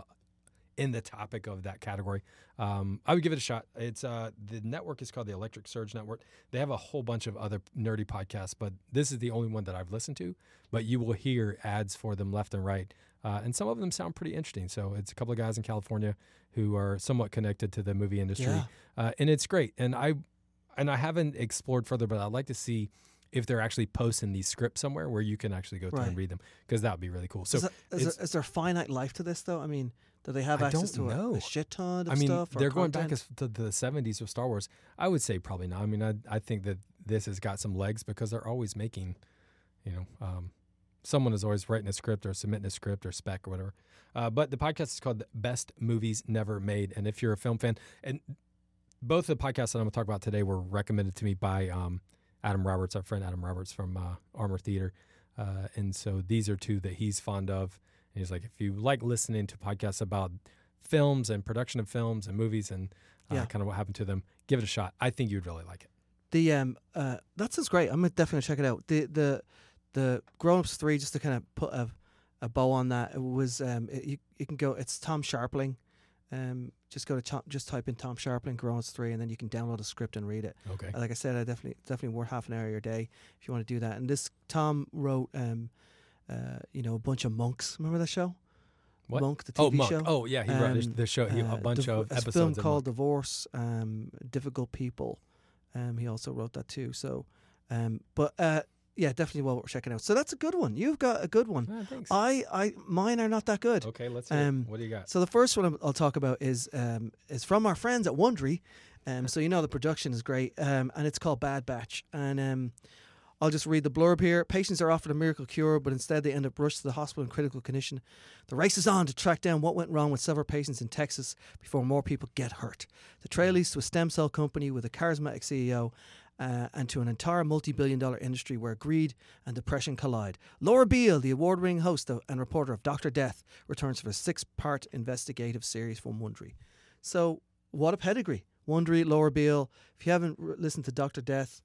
[SPEAKER 1] in the topic of that category. Um, I would give it a shot. It's uh, the network is called the Electric Surge Network. They have a whole bunch of other nerdy podcasts, but this is the only one that I've listened to. But you will hear ads for them left and right, uh, and some of them sound pretty interesting. So it's a couple of guys in California who are somewhat connected to the movie industry,
[SPEAKER 2] Yeah.
[SPEAKER 1] uh, and it's great. And I and I haven't explored further, but I'd like to see. If they're actually posting these scripts somewhere where you can actually go through and
[SPEAKER 2] Right.
[SPEAKER 1] read them, because that would be really cool. So
[SPEAKER 2] Is, that, is,
[SPEAKER 1] it's-
[SPEAKER 2] there, is there finite life to this though? I mean, do they have
[SPEAKER 1] I
[SPEAKER 2] access
[SPEAKER 1] don't
[SPEAKER 2] to a- a,
[SPEAKER 1] know.
[SPEAKER 2] shit ton of
[SPEAKER 1] I mean,
[SPEAKER 2] stuff? or
[SPEAKER 1] they're going back
[SPEAKER 2] content?
[SPEAKER 1] as to the seventies with Star Wars. I would say probably not. I mean, I I think that this has got some legs because they're always making, you know, um, someone is always writing a script or submitting a script or spec or whatever. Uh, but the podcast is called "Best Movies Never Made," and if you're a film fan, and both the podcasts that I'm going to talk about today were recommended to me by um, Adam Roberts, our friend Adam Roberts from uh, Armor Theater, uh, and so these are two that he's fond of. And he's like, if you like listening to podcasts about films and production of films and movies and uh,
[SPEAKER 2] Yeah.
[SPEAKER 1] kind of what happened to them, give it a shot. I think you'd really like it.
[SPEAKER 2] the um uh that sounds great. I'm definitely check it out. The the the Grown Ups three just to kind of put a a bow on that. It was um it, you you can go. It's Tom Sharpling. Um, just go to Tom, just type in Tom Sharpling Grown Ups three, and then you can download a script and read it.
[SPEAKER 1] Okay.
[SPEAKER 2] Like I said, I definitely definitely worth half an hour of your day if you want to do that. And this Tom wrote um uh you know a bunch of monks. Remember that show?
[SPEAKER 1] What?
[SPEAKER 2] Monk the TV
[SPEAKER 1] oh, Monk.
[SPEAKER 2] show.
[SPEAKER 1] Oh, yeah. He wrote
[SPEAKER 2] Um,
[SPEAKER 1] the show, he,
[SPEAKER 2] Uh,
[SPEAKER 1] a bunch
[SPEAKER 2] Div-
[SPEAKER 1] of
[SPEAKER 2] it's
[SPEAKER 1] episodes.
[SPEAKER 2] A film
[SPEAKER 1] in Monk.
[SPEAKER 2] called Divorce, um, Difficult People. Um, he also wrote that too. So, um, but uh, yeah, definitely well worth checking out. So that's a good one. You've got a good one.
[SPEAKER 1] Ah, thanks.
[SPEAKER 2] I, I, mine are not that good.
[SPEAKER 1] okay, let's hear it.
[SPEAKER 2] um,
[SPEAKER 1] What do you got?
[SPEAKER 2] So the first one I'm- I'll talk about is um, is from our friends at Wondery. Um, so you know the production is great, um, and it's called Bad Batch. And um, I'll just read the blurb here. Patients are offered a miracle cure, but instead they end up rushed to the hospital in critical condition. The race is on to track down what went wrong with several patients in Texas before more people get hurt. The trail leads to a stem cell company with a charismatic CEO. uh, and to an entire multi billion dollar industry where greed and depression collide. Laura Beale, the award winning host of- and reporter of Dr. Death, returns for a six part investigative series from Wondery. So, what a pedigree. Wondery, Laura Beale. If you haven't r listened to Dr. Death,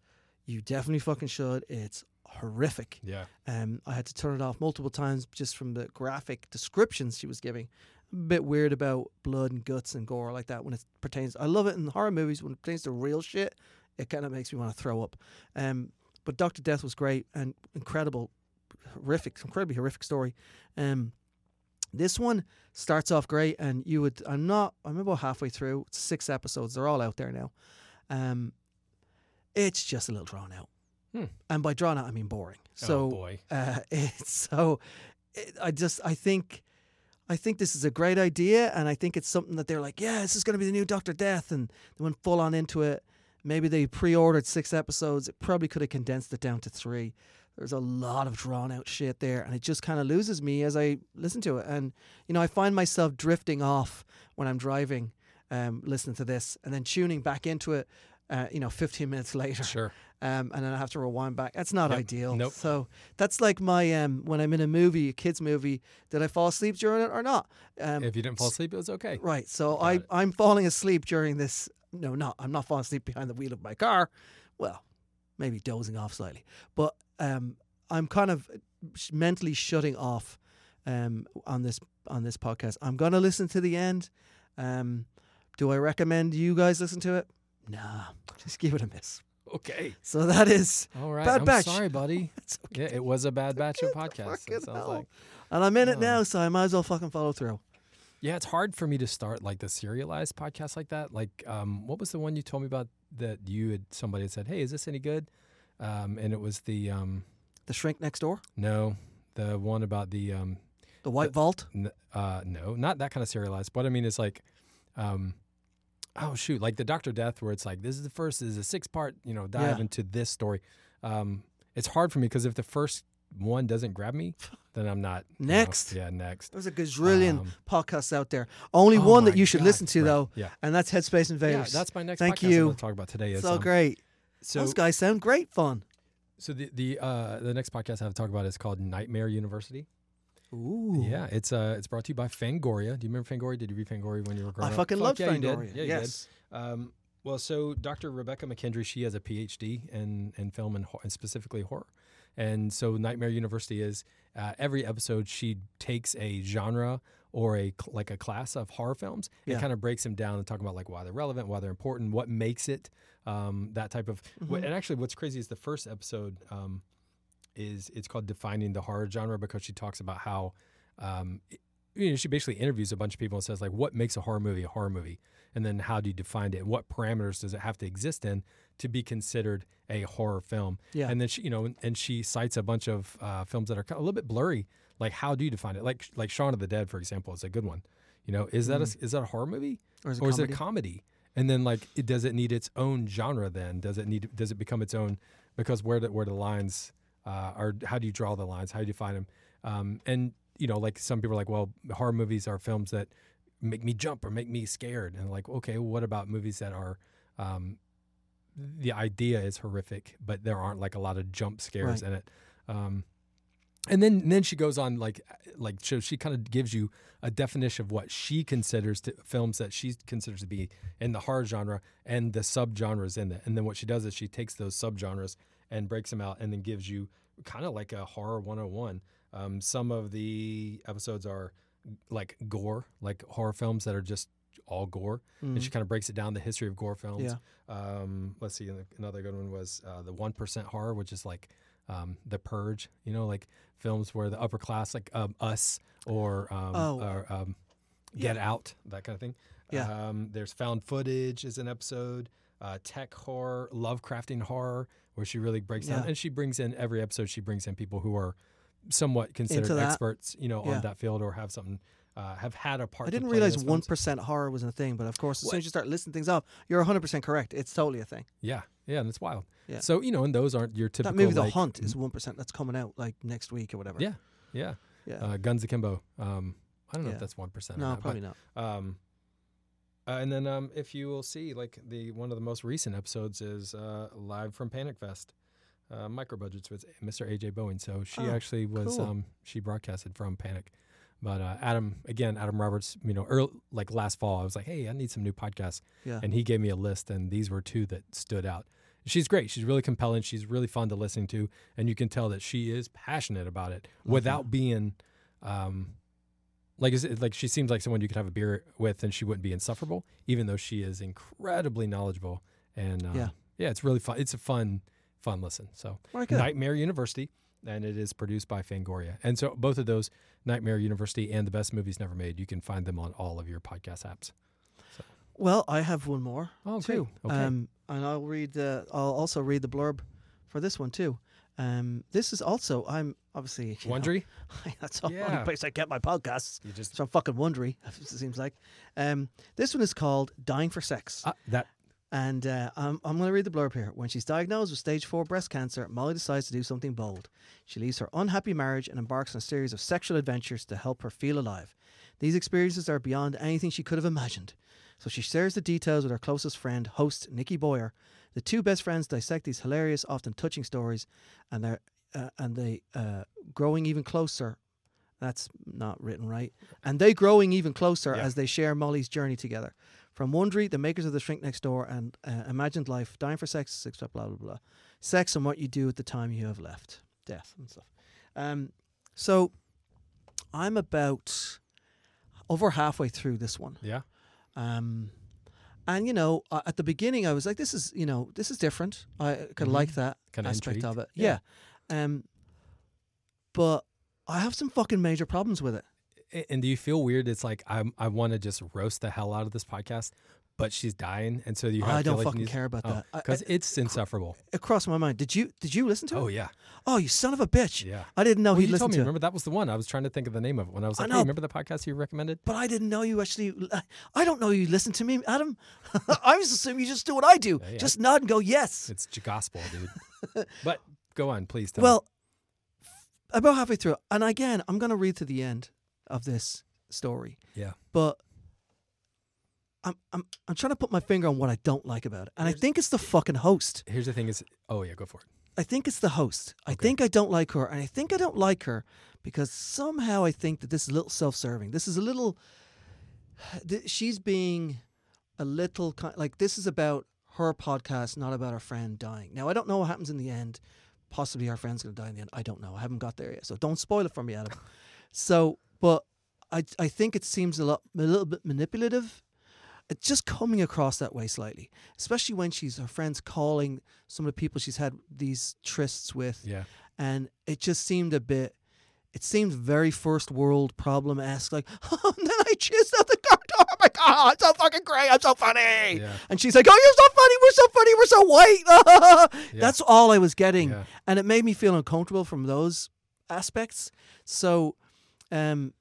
[SPEAKER 2] you definitely fucking should. It's horrific.
[SPEAKER 1] Yeah.
[SPEAKER 2] Um, I had to turn it off multiple times just from the graphic descriptions she was giving. A bit weird about blood and guts and gore like that when it pertains. I love it in horror movies when it pertains to real shit. It kind of makes me want to throw up. Um, but Doctor Death was great and incredible, horrific, incredibly horrific story. Um, this one starts off great, and you would. I'm not. I'm about halfway through. It's six episodes. They're all out there now. Um, it's just a little drawn out.
[SPEAKER 1] Hmm.
[SPEAKER 2] And by drawn out, I mean boring.
[SPEAKER 1] oh,
[SPEAKER 2] So
[SPEAKER 1] boy.
[SPEAKER 2] uh, it's so it, I just I think I think this is a great idea, and I think it's something that they're like, yeah, this is going to be the new Doctor Death, and they went full on into it. Maybe they pre-ordered six episodes. It probably could have condensed it down to three. There's a lot of drawn out shit there, and it just kind of loses me as I listen to it. And you know, I find myself drifting off when I'm driving, um, listening to this, and then tuning back into it. Uh, you know, 15 minutes later
[SPEAKER 1] Sure.
[SPEAKER 2] um, and then I have to rewind back. That's not
[SPEAKER 1] Yep.
[SPEAKER 2] ideal.
[SPEAKER 1] Nope.
[SPEAKER 2] So that's like my um, when I'm in a movie, a kids movie, did I fall asleep during it or not? Um,
[SPEAKER 1] If you didn't fall asleep, it was okay.
[SPEAKER 2] right. So
[SPEAKER 1] Got
[SPEAKER 2] I
[SPEAKER 1] it.
[SPEAKER 2] I'm falling asleep during this. No, not I'm not falling asleep behind the wheel of my car. Well, maybe dozing off slightly, but um, I'm kind of sh- mentally shutting off um, on this on this podcast. I'm gonna listen to the end. Um, do I recommend you guys listen to it? Nah, just give it a miss.
[SPEAKER 1] Okay.
[SPEAKER 2] So that is
[SPEAKER 1] All right.
[SPEAKER 2] Bad
[SPEAKER 1] I'm
[SPEAKER 2] batch.
[SPEAKER 1] sorry, buddy.
[SPEAKER 2] It's okay.
[SPEAKER 1] Yeah, it was a bad batch of
[SPEAKER 2] Fucking
[SPEAKER 1] podcasts. It sounds
[SPEAKER 2] hell.
[SPEAKER 1] like.
[SPEAKER 2] and I'm in it
[SPEAKER 1] Oh.
[SPEAKER 2] now, so I might as well fucking follow through.
[SPEAKER 1] Yeah, it's hard for me to start like the serialized podcast like that. Like, um, what was the one you told me about that you had somebody had said, "Hey, is this any good?" Um, and it was the um,
[SPEAKER 2] The shrink next door,
[SPEAKER 1] no, the one about the um,
[SPEAKER 2] the White Vault.
[SPEAKER 1] n- uh, no, not that kind of serialized. What I mean is like, um, oh shoot, like the Doctor Death, where it's like this is the first, this is a six part, you know, dive
[SPEAKER 2] Yeah.
[SPEAKER 1] into this story. Um, it's hard for me because if the first one doesn't grab me, then I'm not you know,
[SPEAKER 2] Next.
[SPEAKER 1] yeah, next.
[SPEAKER 2] There's a gazillion
[SPEAKER 1] Um,
[SPEAKER 2] podcasts out there. Only one
[SPEAKER 1] Oh
[SPEAKER 2] that
[SPEAKER 1] my
[SPEAKER 2] you should
[SPEAKER 1] God.
[SPEAKER 2] listen to
[SPEAKER 1] Right.
[SPEAKER 2] though,
[SPEAKER 1] Yeah.
[SPEAKER 2] and that's Headspace
[SPEAKER 1] Yeah,
[SPEAKER 2] Invaders.
[SPEAKER 1] that's my next
[SPEAKER 2] Thank
[SPEAKER 1] podcast I'm
[SPEAKER 2] you.
[SPEAKER 1] going to talk about today. Is,
[SPEAKER 2] so
[SPEAKER 1] um,
[SPEAKER 2] great.
[SPEAKER 1] So,
[SPEAKER 2] Those guys sound great fun.
[SPEAKER 1] so the the uh, the next podcast I have to talk about is called Nightmare University.
[SPEAKER 2] Ooh,
[SPEAKER 1] Yeah, it's uh it's brought to you by Fangoria. Do you remember Fangoria? Did you read Fangoria when you were
[SPEAKER 2] I
[SPEAKER 1] growing up?
[SPEAKER 2] fucking
[SPEAKER 1] Fuck
[SPEAKER 2] love
[SPEAKER 1] yeah, you did.
[SPEAKER 2] Fangoria.
[SPEAKER 1] Yeah, you did.
[SPEAKER 2] yes,
[SPEAKER 1] Um, well, so Dr. Rebecca McKendry, she has a PhD in, in film and, hor- and specifically horror. And so Nightmare University is uh, every episode she takes a genre or a cl- like a class of horror films and
[SPEAKER 2] Yeah.
[SPEAKER 1] kind of breaks them down and talk about like why they're relevant, why they're important, what makes it, um, that type of. wh- And actually, what's crazy is the first episode um, is it's called defining the horror genre because she talks about how um, it- you know, she basically interviews a bunch of people and says like what makes a horror movie a horror movie and then how do you define it and what parameters does it have to exist in to be considered a horror film
[SPEAKER 2] Yeah.
[SPEAKER 1] and then she you know and, and she cites a bunch of uh, films that are kind of a little bit blurry like how do you define it like like Shaun of the Dead for example is a good one you know is that a, is that a horror movie
[SPEAKER 2] Or Mm. is it
[SPEAKER 1] is it a comedy and then like it, does it need its own genre then does it need does it become its own because where the, where the lines uh, are how do you draw the lines how do you find them um, and you know like some people are like well horror movies are films that make me jump or make me scared and like okay well, what about movies that are um, the idea is horrific but there aren't like a lot of jump scares
[SPEAKER 2] Right.
[SPEAKER 1] in it um, and then and then she goes on like like so she kind of gives you a definition of what she considers to, films that she considers to be in the horror genre and the subgenres in it. And then what she does is she takes those subgenres and breaks them out and then gives you kind of like a horror 101. Um, some of the episodes are like gore, like horror films that are just all gore.
[SPEAKER 2] Mm.
[SPEAKER 1] And she kind of breaks it down the history of gore films.
[SPEAKER 2] Yeah.
[SPEAKER 1] Um, let's see, another good one was uh, the one percent horror, which is like um, the Purge. You know, like films where the upper class, like um, Us or um,
[SPEAKER 2] Oh.
[SPEAKER 1] or um, Get Out, that kind of thing.
[SPEAKER 2] Yeah.
[SPEAKER 1] Um, there's found footage is an episode. Uh, tech horror, Lovecrafting horror, where she really breaks down
[SPEAKER 2] Yeah.
[SPEAKER 1] and she brings in every episode. She brings in people who are somewhat considered
[SPEAKER 2] that.
[SPEAKER 1] experts, you know,
[SPEAKER 2] Yeah.
[SPEAKER 1] on that field or have something, uh, have had a part.
[SPEAKER 2] I
[SPEAKER 1] to
[SPEAKER 2] didn't
[SPEAKER 1] play in
[SPEAKER 2] realize
[SPEAKER 1] those
[SPEAKER 2] one
[SPEAKER 1] films.
[SPEAKER 2] percent horror was a thing, but of course, as
[SPEAKER 1] What?
[SPEAKER 2] soon as you start listing things up, you're 100 percent correct. It's totally a thing.
[SPEAKER 1] Yeah, yeah, and it's wild.
[SPEAKER 2] Yeah.
[SPEAKER 1] So you know, and those aren't your typical.
[SPEAKER 2] That movie, The
[SPEAKER 1] like-
[SPEAKER 2] Hunt, is one percent. That's coming out like next week or whatever.
[SPEAKER 1] Yeah, yeah.
[SPEAKER 2] Yeah.
[SPEAKER 1] Uh, Guns Akimbo. Um, I don't know
[SPEAKER 2] Yeah.
[SPEAKER 1] if that's one percent.
[SPEAKER 2] no,
[SPEAKER 1] or not,
[SPEAKER 2] probably not.
[SPEAKER 1] But, um, uh, and then um, if you will see, like the one of the most recent episodes is uh, live from Panic Fest, uh, micro budgets with Mr. AJ Boeing. So she
[SPEAKER 2] Oh,
[SPEAKER 1] actually was
[SPEAKER 2] cool.
[SPEAKER 1] um, she broadcasted from Panic. But uh, Adam, again, Adam Roberts, you know, earl like last fall, I was like, hey, I need some new podcasts.
[SPEAKER 2] Yeah.
[SPEAKER 1] And he gave me a list, and these were two that stood out. She's great. She's really compelling. She's really fun to listen to. And you can tell that she is passionate about it without being, um, like, is it, like she seems like someone you could have a beer with and she wouldn't be insufferable, even though she is incredibly knowledgeable. And um,
[SPEAKER 2] Yeah.
[SPEAKER 1] yeah, it's really fun. It's a fun, fun listen. So
[SPEAKER 2] All right, good.
[SPEAKER 1] Nightmare University, and it is produced by Fangoria. And so both of those, Nightmare University and The Best Movies Never Made, you can find them on all of your podcast apps.
[SPEAKER 2] Well, I have one more
[SPEAKER 1] Oh, great.
[SPEAKER 2] too,
[SPEAKER 1] Okay.
[SPEAKER 2] um, and I'll read. The, I'll also read the blurb for this one too. Um, this is also I'm obviously you know,
[SPEAKER 1] Wondery,
[SPEAKER 2] that's the
[SPEAKER 1] Yeah.
[SPEAKER 2] only place I get my podcasts.
[SPEAKER 1] you just
[SPEAKER 2] So I'm fucking wondery. It seems like um, this one is called "Dying for Sex,"
[SPEAKER 1] ah, that
[SPEAKER 2] And uh, I'm, I'm going to read the blurb here. When she's diagnosed with stage four breast cancer, Molly decides to do something bold. She leaves her unhappy marriage and embarks on a series of sexual adventures to help her feel alive. These experiences are beyond anything she could have imagined. So she shares the details with her closest friend, host Nikki Boyer. The two best friends dissect these hilarious, often touching stories, and they're uh, and they uh, growing even closer. That's not written right. And they growing even closer
[SPEAKER 1] Yeah.
[SPEAKER 2] as they share Molly's journey together. From Wondery, the makers of The Shrink Next Door and uh, Imagined Life, Dying for Sex, Six Blah Blah Blah, blah. Sex and What You Do at the Time You Have Left, Death and stuff. Um, so I'm about over halfway through this one.
[SPEAKER 1] Yeah.
[SPEAKER 2] Um, and you know, uh, at the beginning, I was like, "This is you know, this is different." I kind of like that
[SPEAKER 1] Mm-hmm. Kinda
[SPEAKER 2] aspect
[SPEAKER 1] intrigued.
[SPEAKER 2] of it.
[SPEAKER 1] Yeah.
[SPEAKER 2] Yeah. Um, but I have some fucking major problems with it.
[SPEAKER 1] A- And do you feel weird? It's like I'm, I want to just roast the hell out of this podcast, but she's dying, and so you. Have
[SPEAKER 2] Oh, I
[SPEAKER 1] to feel
[SPEAKER 2] don't
[SPEAKER 1] like you
[SPEAKER 2] fucking
[SPEAKER 1] need-
[SPEAKER 2] care about that. I,
[SPEAKER 1] because it's insufferable.
[SPEAKER 2] it crossed my mind. Did you did you listen to
[SPEAKER 1] Oh
[SPEAKER 2] it?
[SPEAKER 1] yeah,
[SPEAKER 2] Oh, you son of a bitch!
[SPEAKER 1] yeah.
[SPEAKER 2] I didn't know
[SPEAKER 1] Well,
[SPEAKER 2] he'd
[SPEAKER 1] you told
[SPEAKER 2] listened
[SPEAKER 1] me.
[SPEAKER 2] to it.
[SPEAKER 1] Remember that was the one I was trying to think of the name of it when I was
[SPEAKER 2] I
[SPEAKER 1] like,
[SPEAKER 2] know.
[SPEAKER 1] "Hey, remember the podcast you recommended?"
[SPEAKER 2] But I didn't know you actually. I don't know you listened to me, Adam. I was assuming you just do what I do,
[SPEAKER 1] Yeah, yeah.
[SPEAKER 2] just nod and go yes.
[SPEAKER 1] It's j- gospel, dude. but go on, please. Tell
[SPEAKER 2] Well, about halfway through, and again, I'm going to read to the end of this story,
[SPEAKER 1] me. yeah,
[SPEAKER 2] but I'm I'm I'm trying to put my finger on what I don't like about it, and I think it's the fucking host.
[SPEAKER 1] here's the thing: is oh yeah, go for it.
[SPEAKER 2] I think it's the host. I think I don't like her, and I think I don't like her because somehow I think that this is a little self-serving. This is a little. th- She's being a little kind like this is about her podcast, not about her friend dying. Now I don't know what happens in the end. Possibly our friend's going to die in the end. I don't know. I haven't got there yet, so don't spoil it for me, Adam. so, but I I think it seems a lot a little bit manipulative it's just coming across that way slightly, especially when she's her friends calling some of the people she's had these trysts with,
[SPEAKER 1] Yeah,
[SPEAKER 2] and it just seemed a bit. It seemed very first world problem esque, like, and then I chased out the car door. Oh my God, I'm so fucking great. I'm so funny.
[SPEAKER 1] Yeah.
[SPEAKER 2] And she's like, oh, you're so funny. We're so funny. We're so white. That's all I was getting.
[SPEAKER 1] Yeah.
[SPEAKER 2] And it made me feel uncomfortable from those aspects. So, um,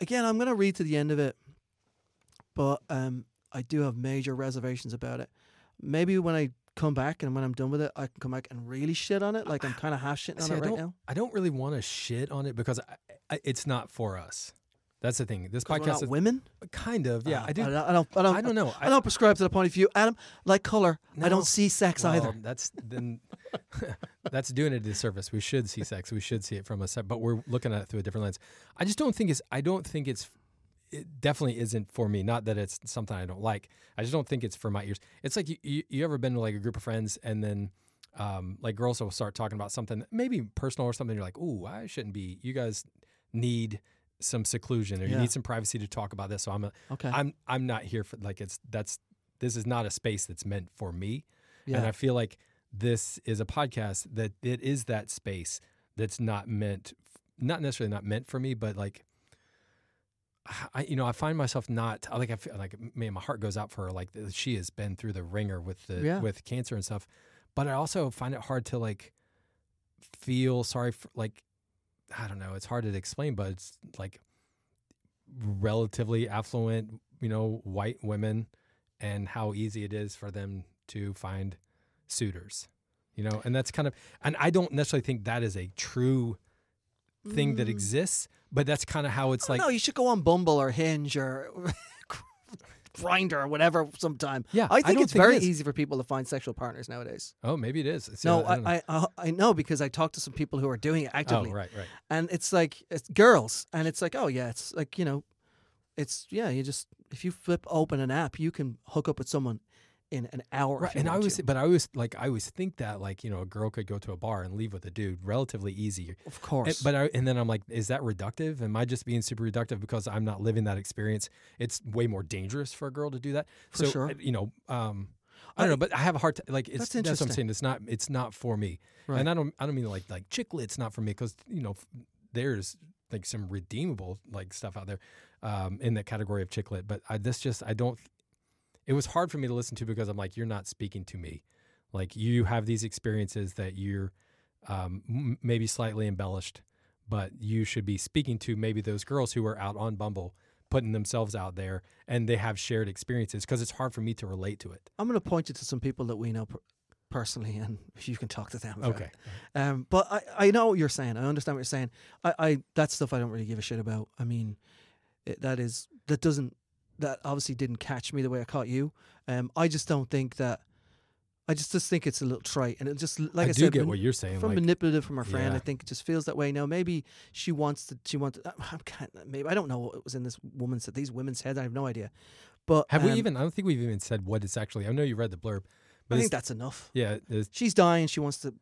[SPEAKER 2] again, I'm going to read to the end of it, but um, I do have major reservations about it. Maybe when I come back and when I'm done with it, I can come back and really shit on it. Like I'm kind of half shitting on
[SPEAKER 1] See,
[SPEAKER 2] it
[SPEAKER 1] I
[SPEAKER 2] right
[SPEAKER 1] don't,
[SPEAKER 2] now.
[SPEAKER 1] I don't really want to shit on it because I, I, it's not for us. That's the thing. This
[SPEAKER 2] 'Cause we're
[SPEAKER 1] podcast
[SPEAKER 2] not
[SPEAKER 1] is
[SPEAKER 2] women.
[SPEAKER 1] kind of yeah.
[SPEAKER 2] Uh,
[SPEAKER 1] I do.
[SPEAKER 2] I don't. I don't. I don't,
[SPEAKER 1] I don't know.
[SPEAKER 2] I don't prescribe to the point of view, Adam. Like color, I
[SPEAKER 1] No.
[SPEAKER 2] don't see sex
[SPEAKER 1] Well,
[SPEAKER 2] either.
[SPEAKER 1] That's then. that's doing it a disservice. We should see sex. We should see it from a se- but we're looking at it through a different lens. I just don't think it's. I don't think it's. It definitely isn't for me. Not that it's something I don't like. I just don't think it's for my ears. It's like you. You, you ever been to like a group of friends and then. Um, like girls will start talking about something maybe personal or something. You're like, "Ooh, I shouldn't be." You guys need some seclusion or you
[SPEAKER 2] Yeah.
[SPEAKER 1] need some privacy to talk about this. So I'm a,
[SPEAKER 2] Okay.
[SPEAKER 1] I'm I'm not here for like it's that's this is not a space that's meant for me. And
[SPEAKER 2] Yeah.
[SPEAKER 1] I feel like this is a podcast that it is that space that's not meant not necessarily not meant for me, but like I you know, I find myself not I like I feel like man, my heart goes out for her. Like she has been through the ringer with the
[SPEAKER 2] Yeah.
[SPEAKER 1] with cancer and stuff. But I also find it hard to like feel sorry for like I don't know, it's hard to explain, but it's like relatively affluent, you know, white women and how easy it is for them to find suitors. You know, and that's kind of and I don't necessarily think that is a true thing
[SPEAKER 2] Mm.
[SPEAKER 1] that exists, but that's kind of how it's like
[SPEAKER 2] no, you should go on Bumble or Hinge or Grinder or whatever sometime.
[SPEAKER 1] Yeah,
[SPEAKER 2] I
[SPEAKER 1] I
[SPEAKER 2] think
[SPEAKER 1] don't
[SPEAKER 2] it's
[SPEAKER 1] think it
[SPEAKER 2] very
[SPEAKER 1] is.
[SPEAKER 2] easy for people to find sexual partners nowadays.
[SPEAKER 1] Oh, maybe it is. See,
[SPEAKER 2] no,
[SPEAKER 1] I, don't
[SPEAKER 2] I, I, I I know because I talk to some people who are doing it
[SPEAKER 1] know.
[SPEAKER 2] actively,
[SPEAKER 1] Oh, right, right.
[SPEAKER 2] and it's like it's girls, and it's like oh yeah, it's like you know, it's yeah, you just if you flip open an app, you can hook up with someone in an hour. if
[SPEAKER 1] Right.
[SPEAKER 2] you
[SPEAKER 1] And I
[SPEAKER 2] want
[SPEAKER 1] always
[SPEAKER 2] to.
[SPEAKER 1] but I always like I always think that like, you know, a girl could go to a bar and leave with a dude relatively easy.
[SPEAKER 2] of course,
[SPEAKER 1] And- but I, and then I'm like, is that reductive? Am I just being super reductive because I'm not living that experience? It's way more dangerous for a girl to do that.
[SPEAKER 2] For
[SPEAKER 1] so
[SPEAKER 2] sure.
[SPEAKER 1] uh, you know, um, I don't know, but I have a hard time. Like, it's
[SPEAKER 2] That's
[SPEAKER 1] that's, what I'm
[SPEAKER 2] interesting.
[SPEAKER 1] saying. It's not it's not for me,
[SPEAKER 2] Right.
[SPEAKER 1] and I don't I don't mean like like chicklets not for me because you know f- there's like some redeemable like stuff out there um, in the category of chicklet, but I, this just I don't. It was hard for me to listen to because I'm like, you're not speaking to me. Like you have these experiences that you're um, m- maybe slightly embellished, but you should be speaking to maybe those girls who are out on Bumble putting themselves out there and they have shared experiences because it's hard for me to relate to it.
[SPEAKER 2] I'm going to point you to some people that we know per- personally, and you can talk to them. About
[SPEAKER 1] Okay.
[SPEAKER 2] It. Um, but I, I know what you're saying. I understand what you're saying. I, I that stuff I don't really give a shit about. I mean, it, that is that doesn't that obviously didn't catch me the way I caught you. Um, I just don't think that. I just just think it's a little trite, and it just like I,
[SPEAKER 1] I, do
[SPEAKER 2] said,
[SPEAKER 1] get
[SPEAKER 2] when-
[SPEAKER 1] what you're saying.
[SPEAKER 2] from
[SPEAKER 1] like,
[SPEAKER 2] manipulative from her friend. I
[SPEAKER 1] yeah.
[SPEAKER 2] think it just feels that way. Now maybe she wants to. She wants. I can't. Maybe I don't know what was in this woman's these women's heads. I have no idea. But
[SPEAKER 1] have we
[SPEAKER 2] um,
[SPEAKER 1] even? I don't think we've even said what it's actually. I know you read the blurb,
[SPEAKER 2] I
[SPEAKER 1] but it's,
[SPEAKER 2] think that's enough.
[SPEAKER 1] yeah, it's,
[SPEAKER 2] She's dying. She wants to.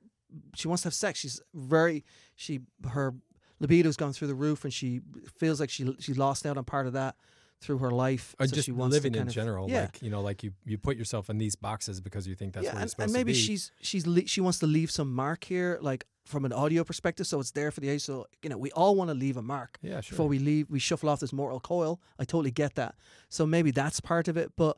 [SPEAKER 2] She wants to have sex. She's very. She her libido's gone through the roof, and she feels like she she lost out on part of that through her life.
[SPEAKER 1] or
[SPEAKER 2] so
[SPEAKER 1] uh, just
[SPEAKER 2] she wants to
[SPEAKER 1] living in
[SPEAKER 2] kind of-
[SPEAKER 1] general.
[SPEAKER 2] Yeah.
[SPEAKER 1] Like you know, like you you put yourself in these boxes because you think that's where
[SPEAKER 2] yeah,
[SPEAKER 1] you're
[SPEAKER 2] and,
[SPEAKER 1] supposed
[SPEAKER 2] and maybe
[SPEAKER 1] to be.
[SPEAKER 2] she's she's le- she wants to leave some mark here, like from an audio perspective, so it's there for the age. So you know, we all want to leave a mark.
[SPEAKER 1] yeah, sure.
[SPEAKER 2] before we leave, we shuffle off this mortal coil. I totally get that. So maybe that's part of it. But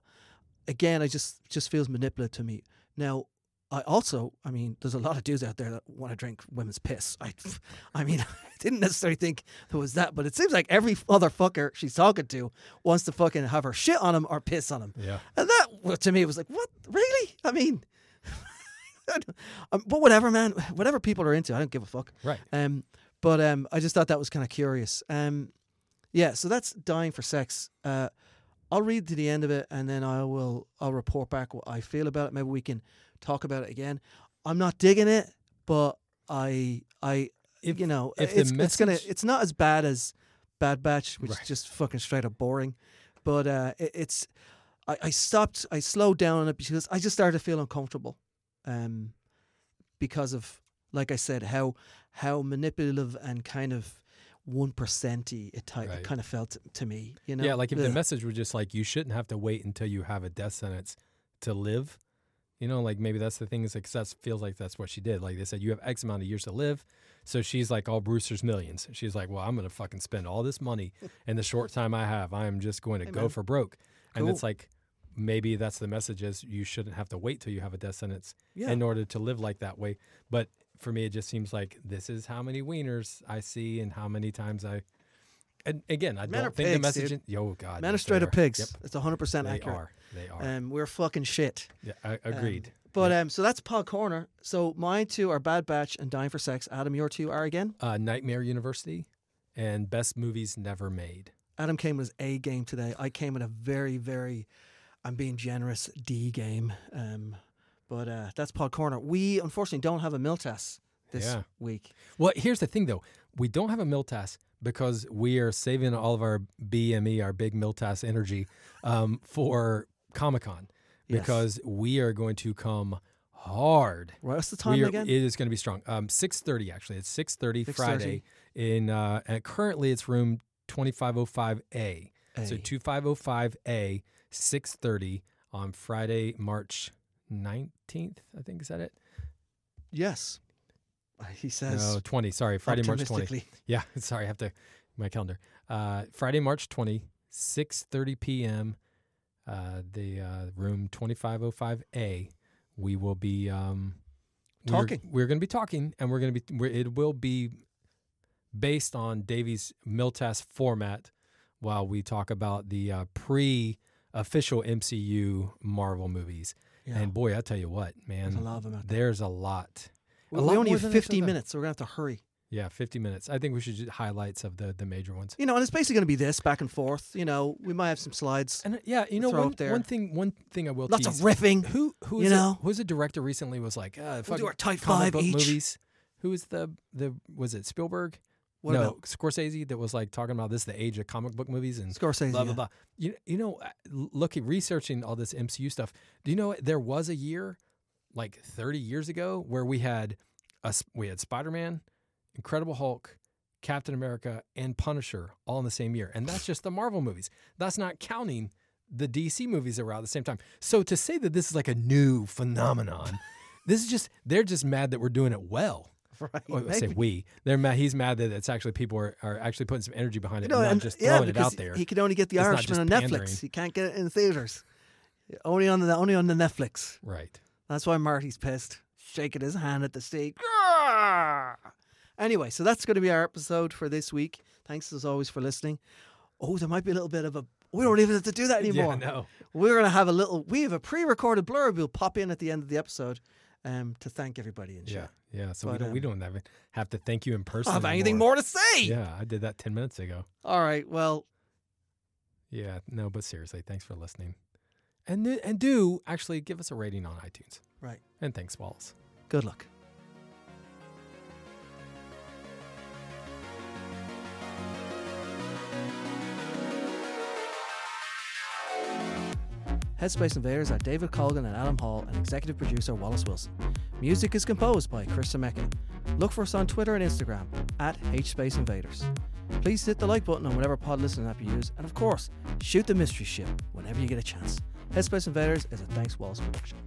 [SPEAKER 2] again, I just just feels manipulative to me. Now, I also, I mean, there's a lot of dudes out there that want to drink women's piss. I, I mean, I didn't necessarily think there was that, but it seems like every other fucker she's talking to wants to fucking have her shit on him or piss on him.
[SPEAKER 1] yeah,
[SPEAKER 2] And that well, to me was like, what? Really? I mean, I don't- um, but whatever, man. Whatever people are into, I don't give a fuck.
[SPEAKER 1] right.
[SPEAKER 2] Um, but um, I just thought that was kind of curious. Um, yeah, so that's dying for sex. Uh, I'll read to the end of it, and then I will I'll report back what I feel about it. Maybe we can talk about it again. I'm not digging it, but I I
[SPEAKER 1] If-
[SPEAKER 2] you know uh,
[SPEAKER 1] if the
[SPEAKER 2] it's, it's gonna
[SPEAKER 1] message-
[SPEAKER 2] it's not as bad as Bad Batch, which
[SPEAKER 1] Right.
[SPEAKER 2] is just fucking straight up boring. But uh, it, it's I, I stopped I slowed down on it because I just started to feel uncomfortable. Um, because of like I said how how manipulative and kind of one percenty it, type,
[SPEAKER 1] Right.
[SPEAKER 2] it kind of felt t- to me. You know,
[SPEAKER 1] yeah, like if the
[SPEAKER 2] Ugh.
[SPEAKER 1] message were just like you shouldn't have to wait until you have a death sentence to live. You know, like maybe that's the thing is like 'cause that's feels like that's what she did. Like they said, you have X amount of years to live. So she's like all Brewster's millions. She's like, well, I'm gonna fucking spend all this money in the short time I have. I am just going to
[SPEAKER 2] Hey,
[SPEAKER 1] go
[SPEAKER 2] man.
[SPEAKER 1] for broke. And it's
[SPEAKER 2] Cool.
[SPEAKER 1] like maybe that's the message is you shouldn't have to wait till you have a death sentence
[SPEAKER 2] yeah,
[SPEAKER 1] in order to live like that way. But for me, it just seems like this is how many wieners I see and how many times I. And again, I
[SPEAKER 2] Men are
[SPEAKER 1] don't think the
[SPEAKER 2] pigs,
[SPEAKER 1] message.
[SPEAKER 2] dude.
[SPEAKER 1] In, yo, God,
[SPEAKER 2] men are
[SPEAKER 1] yes, they
[SPEAKER 2] straight up
[SPEAKER 1] are.
[SPEAKER 2] pigs.
[SPEAKER 1] Yep,
[SPEAKER 2] It's hundred percent
[SPEAKER 1] they
[SPEAKER 2] accurate.
[SPEAKER 1] are. They are.
[SPEAKER 2] Um, we're fucking shit.
[SPEAKER 1] yeah, I,
[SPEAKER 2] Um,
[SPEAKER 1] agreed.
[SPEAKER 2] but um, so that's Pod Corner. So mine two are Bad Batch and Dying for Sex. Adam, your two are again.
[SPEAKER 1] uh, Nightmare University, and best movies never made.
[SPEAKER 2] Adam came with his A game today. I came with a very, very, I'm being generous, D game. Um, but uh, that's Pod Corner. We unfortunately don't have a mill test this
[SPEAKER 1] Yeah.
[SPEAKER 2] week.
[SPEAKER 1] Well, here's the thing though, we don't have a Miltas because we are saving all of our BME, our big Miltas energy, um, for Comic Con
[SPEAKER 2] Yes.
[SPEAKER 1] because we are going to come hard
[SPEAKER 2] What's the time
[SPEAKER 1] We are-
[SPEAKER 2] again?
[SPEAKER 1] It is going to be strong. Um, six thirty actually. It's six thirty
[SPEAKER 2] 6:30.
[SPEAKER 1] Friday. In uh, and currently it's room twenty five oh five A. So
[SPEAKER 2] A.
[SPEAKER 1] two five oh five A, six thirty on Friday, March nineteenth. I think is that it?
[SPEAKER 2] yes, Uh, he says.
[SPEAKER 1] no, twenty. Sorry, Friday, March twenty.
[SPEAKER 2] optimistically.
[SPEAKER 1] Yeah, sorry, I have to my calendar. Uh, Friday, March 20, 6:30 p.m. Uh, the uh, room 2505A. We will be um, we're-
[SPEAKER 2] Talking.
[SPEAKER 1] We're, going to be talking, and we're going to be. We're, it will be based on Davy's Miltas format, while we talk about the uh, pre-official MCU Marvel movies.
[SPEAKER 2] Yeah.
[SPEAKER 1] And boy, I tell you what, man,
[SPEAKER 2] There's a lot of them out there.
[SPEAKER 1] there's a lot.
[SPEAKER 2] We,
[SPEAKER 1] a
[SPEAKER 2] we
[SPEAKER 1] lot
[SPEAKER 2] only
[SPEAKER 1] more
[SPEAKER 2] have
[SPEAKER 1] than I
[SPEAKER 2] 50
[SPEAKER 1] thought.
[SPEAKER 2] minutes, so we're going to have to hurry.
[SPEAKER 1] Yeah, 50 minutes. I think we should just highlights of the the major ones.
[SPEAKER 2] You know, and it's basically going to be this back and forth. You know, we might have some slides,
[SPEAKER 1] And uh, yeah, you know
[SPEAKER 2] throw
[SPEAKER 1] one,
[SPEAKER 2] up there.
[SPEAKER 1] one thing one thing I will
[SPEAKER 2] lots of
[SPEAKER 1] tease.
[SPEAKER 2] riffing.
[SPEAKER 1] who who
[SPEAKER 2] you
[SPEAKER 1] is
[SPEAKER 2] know?
[SPEAKER 1] it, who is a director recently was like uh,
[SPEAKER 2] We'll
[SPEAKER 1] fucking
[SPEAKER 2] do our type
[SPEAKER 1] comic
[SPEAKER 2] five
[SPEAKER 1] book
[SPEAKER 2] each.
[SPEAKER 1] movies. Who is the the was it Spielberg?
[SPEAKER 2] What
[SPEAKER 1] no,
[SPEAKER 2] about
[SPEAKER 1] Scorsese that was like talking about this is the age of comic book movies and
[SPEAKER 2] Scorsese?
[SPEAKER 1] blah
[SPEAKER 2] yeah.
[SPEAKER 1] blah blah. You you know uh, l- looking researching all this MCU stuff. Do you know there was a year like 30 years ago where we had us we had Spider-Man, Incredible Hulk, Captain America and Punisher all in the same year. And that's just the Marvel movies. That's not counting the DC movies that were out at the same time. So to say that this is like a new phenomenon, this is just they're just mad that we're doing it well.
[SPEAKER 2] Right.
[SPEAKER 1] Well, Oh, I say
[SPEAKER 2] maybe.
[SPEAKER 1] we. They're mad. He's mad that it's actually people are, are actually putting some energy behind it,
[SPEAKER 2] You know,
[SPEAKER 1] and not
[SPEAKER 2] and-
[SPEAKER 1] just
[SPEAKER 2] yeah,
[SPEAKER 1] throwing it
[SPEAKER 2] because
[SPEAKER 1] out there.
[SPEAKER 2] He can only get the
[SPEAKER 1] It's not
[SPEAKER 2] Irishman
[SPEAKER 1] just
[SPEAKER 2] on
[SPEAKER 1] pandering.
[SPEAKER 2] Netflix. He can't get it in theaters. Only on the only on the Netflix.
[SPEAKER 1] right.
[SPEAKER 2] That's why Marty's pissed, shaking his hand at the state. Anyway, so that's going to be our episode for this week. Thanks as always for listening. oh, there might be a little bit of a. We don't even have to do that anymore.
[SPEAKER 1] Yeah, no.
[SPEAKER 2] We're gonna have a little. We have a pre-recorded blurb. We'll pop in at the end of the episode, um, to thank everybody and shit.
[SPEAKER 1] Yeah, yeah. So we
[SPEAKER 2] But, uh,
[SPEAKER 1] don't we don't have, have to thank you in
[SPEAKER 2] I
[SPEAKER 1] person.
[SPEAKER 2] don't have anything
[SPEAKER 1] anymore.
[SPEAKER 2] more to say.
[SPEAKER 1] Yeah, I did that ten minutes ago.
[SPEAKER 2] All right. Well,
[SPEAKER 1] Yeah, no, but seriously, thanks for listening, and th- and do actually give us a rating on iTunes.
[SPEAKER 2] right.
[SPEAKER 1] And thanks, Wallace.
[SPEAKER 2] Good luck. Headspace Invaders are David Colgan and Adam Hall, and executive producer Wallace Wilson. Music is composed by Chris Semekin. Look for us on Twitter and Instagram at HSpace Invaders. Please hit the like button on whatever pod listening app you use, and of course, shoot the mystery ship whenever you get a chance. Headspace Invaders is a Thanks Wallace production.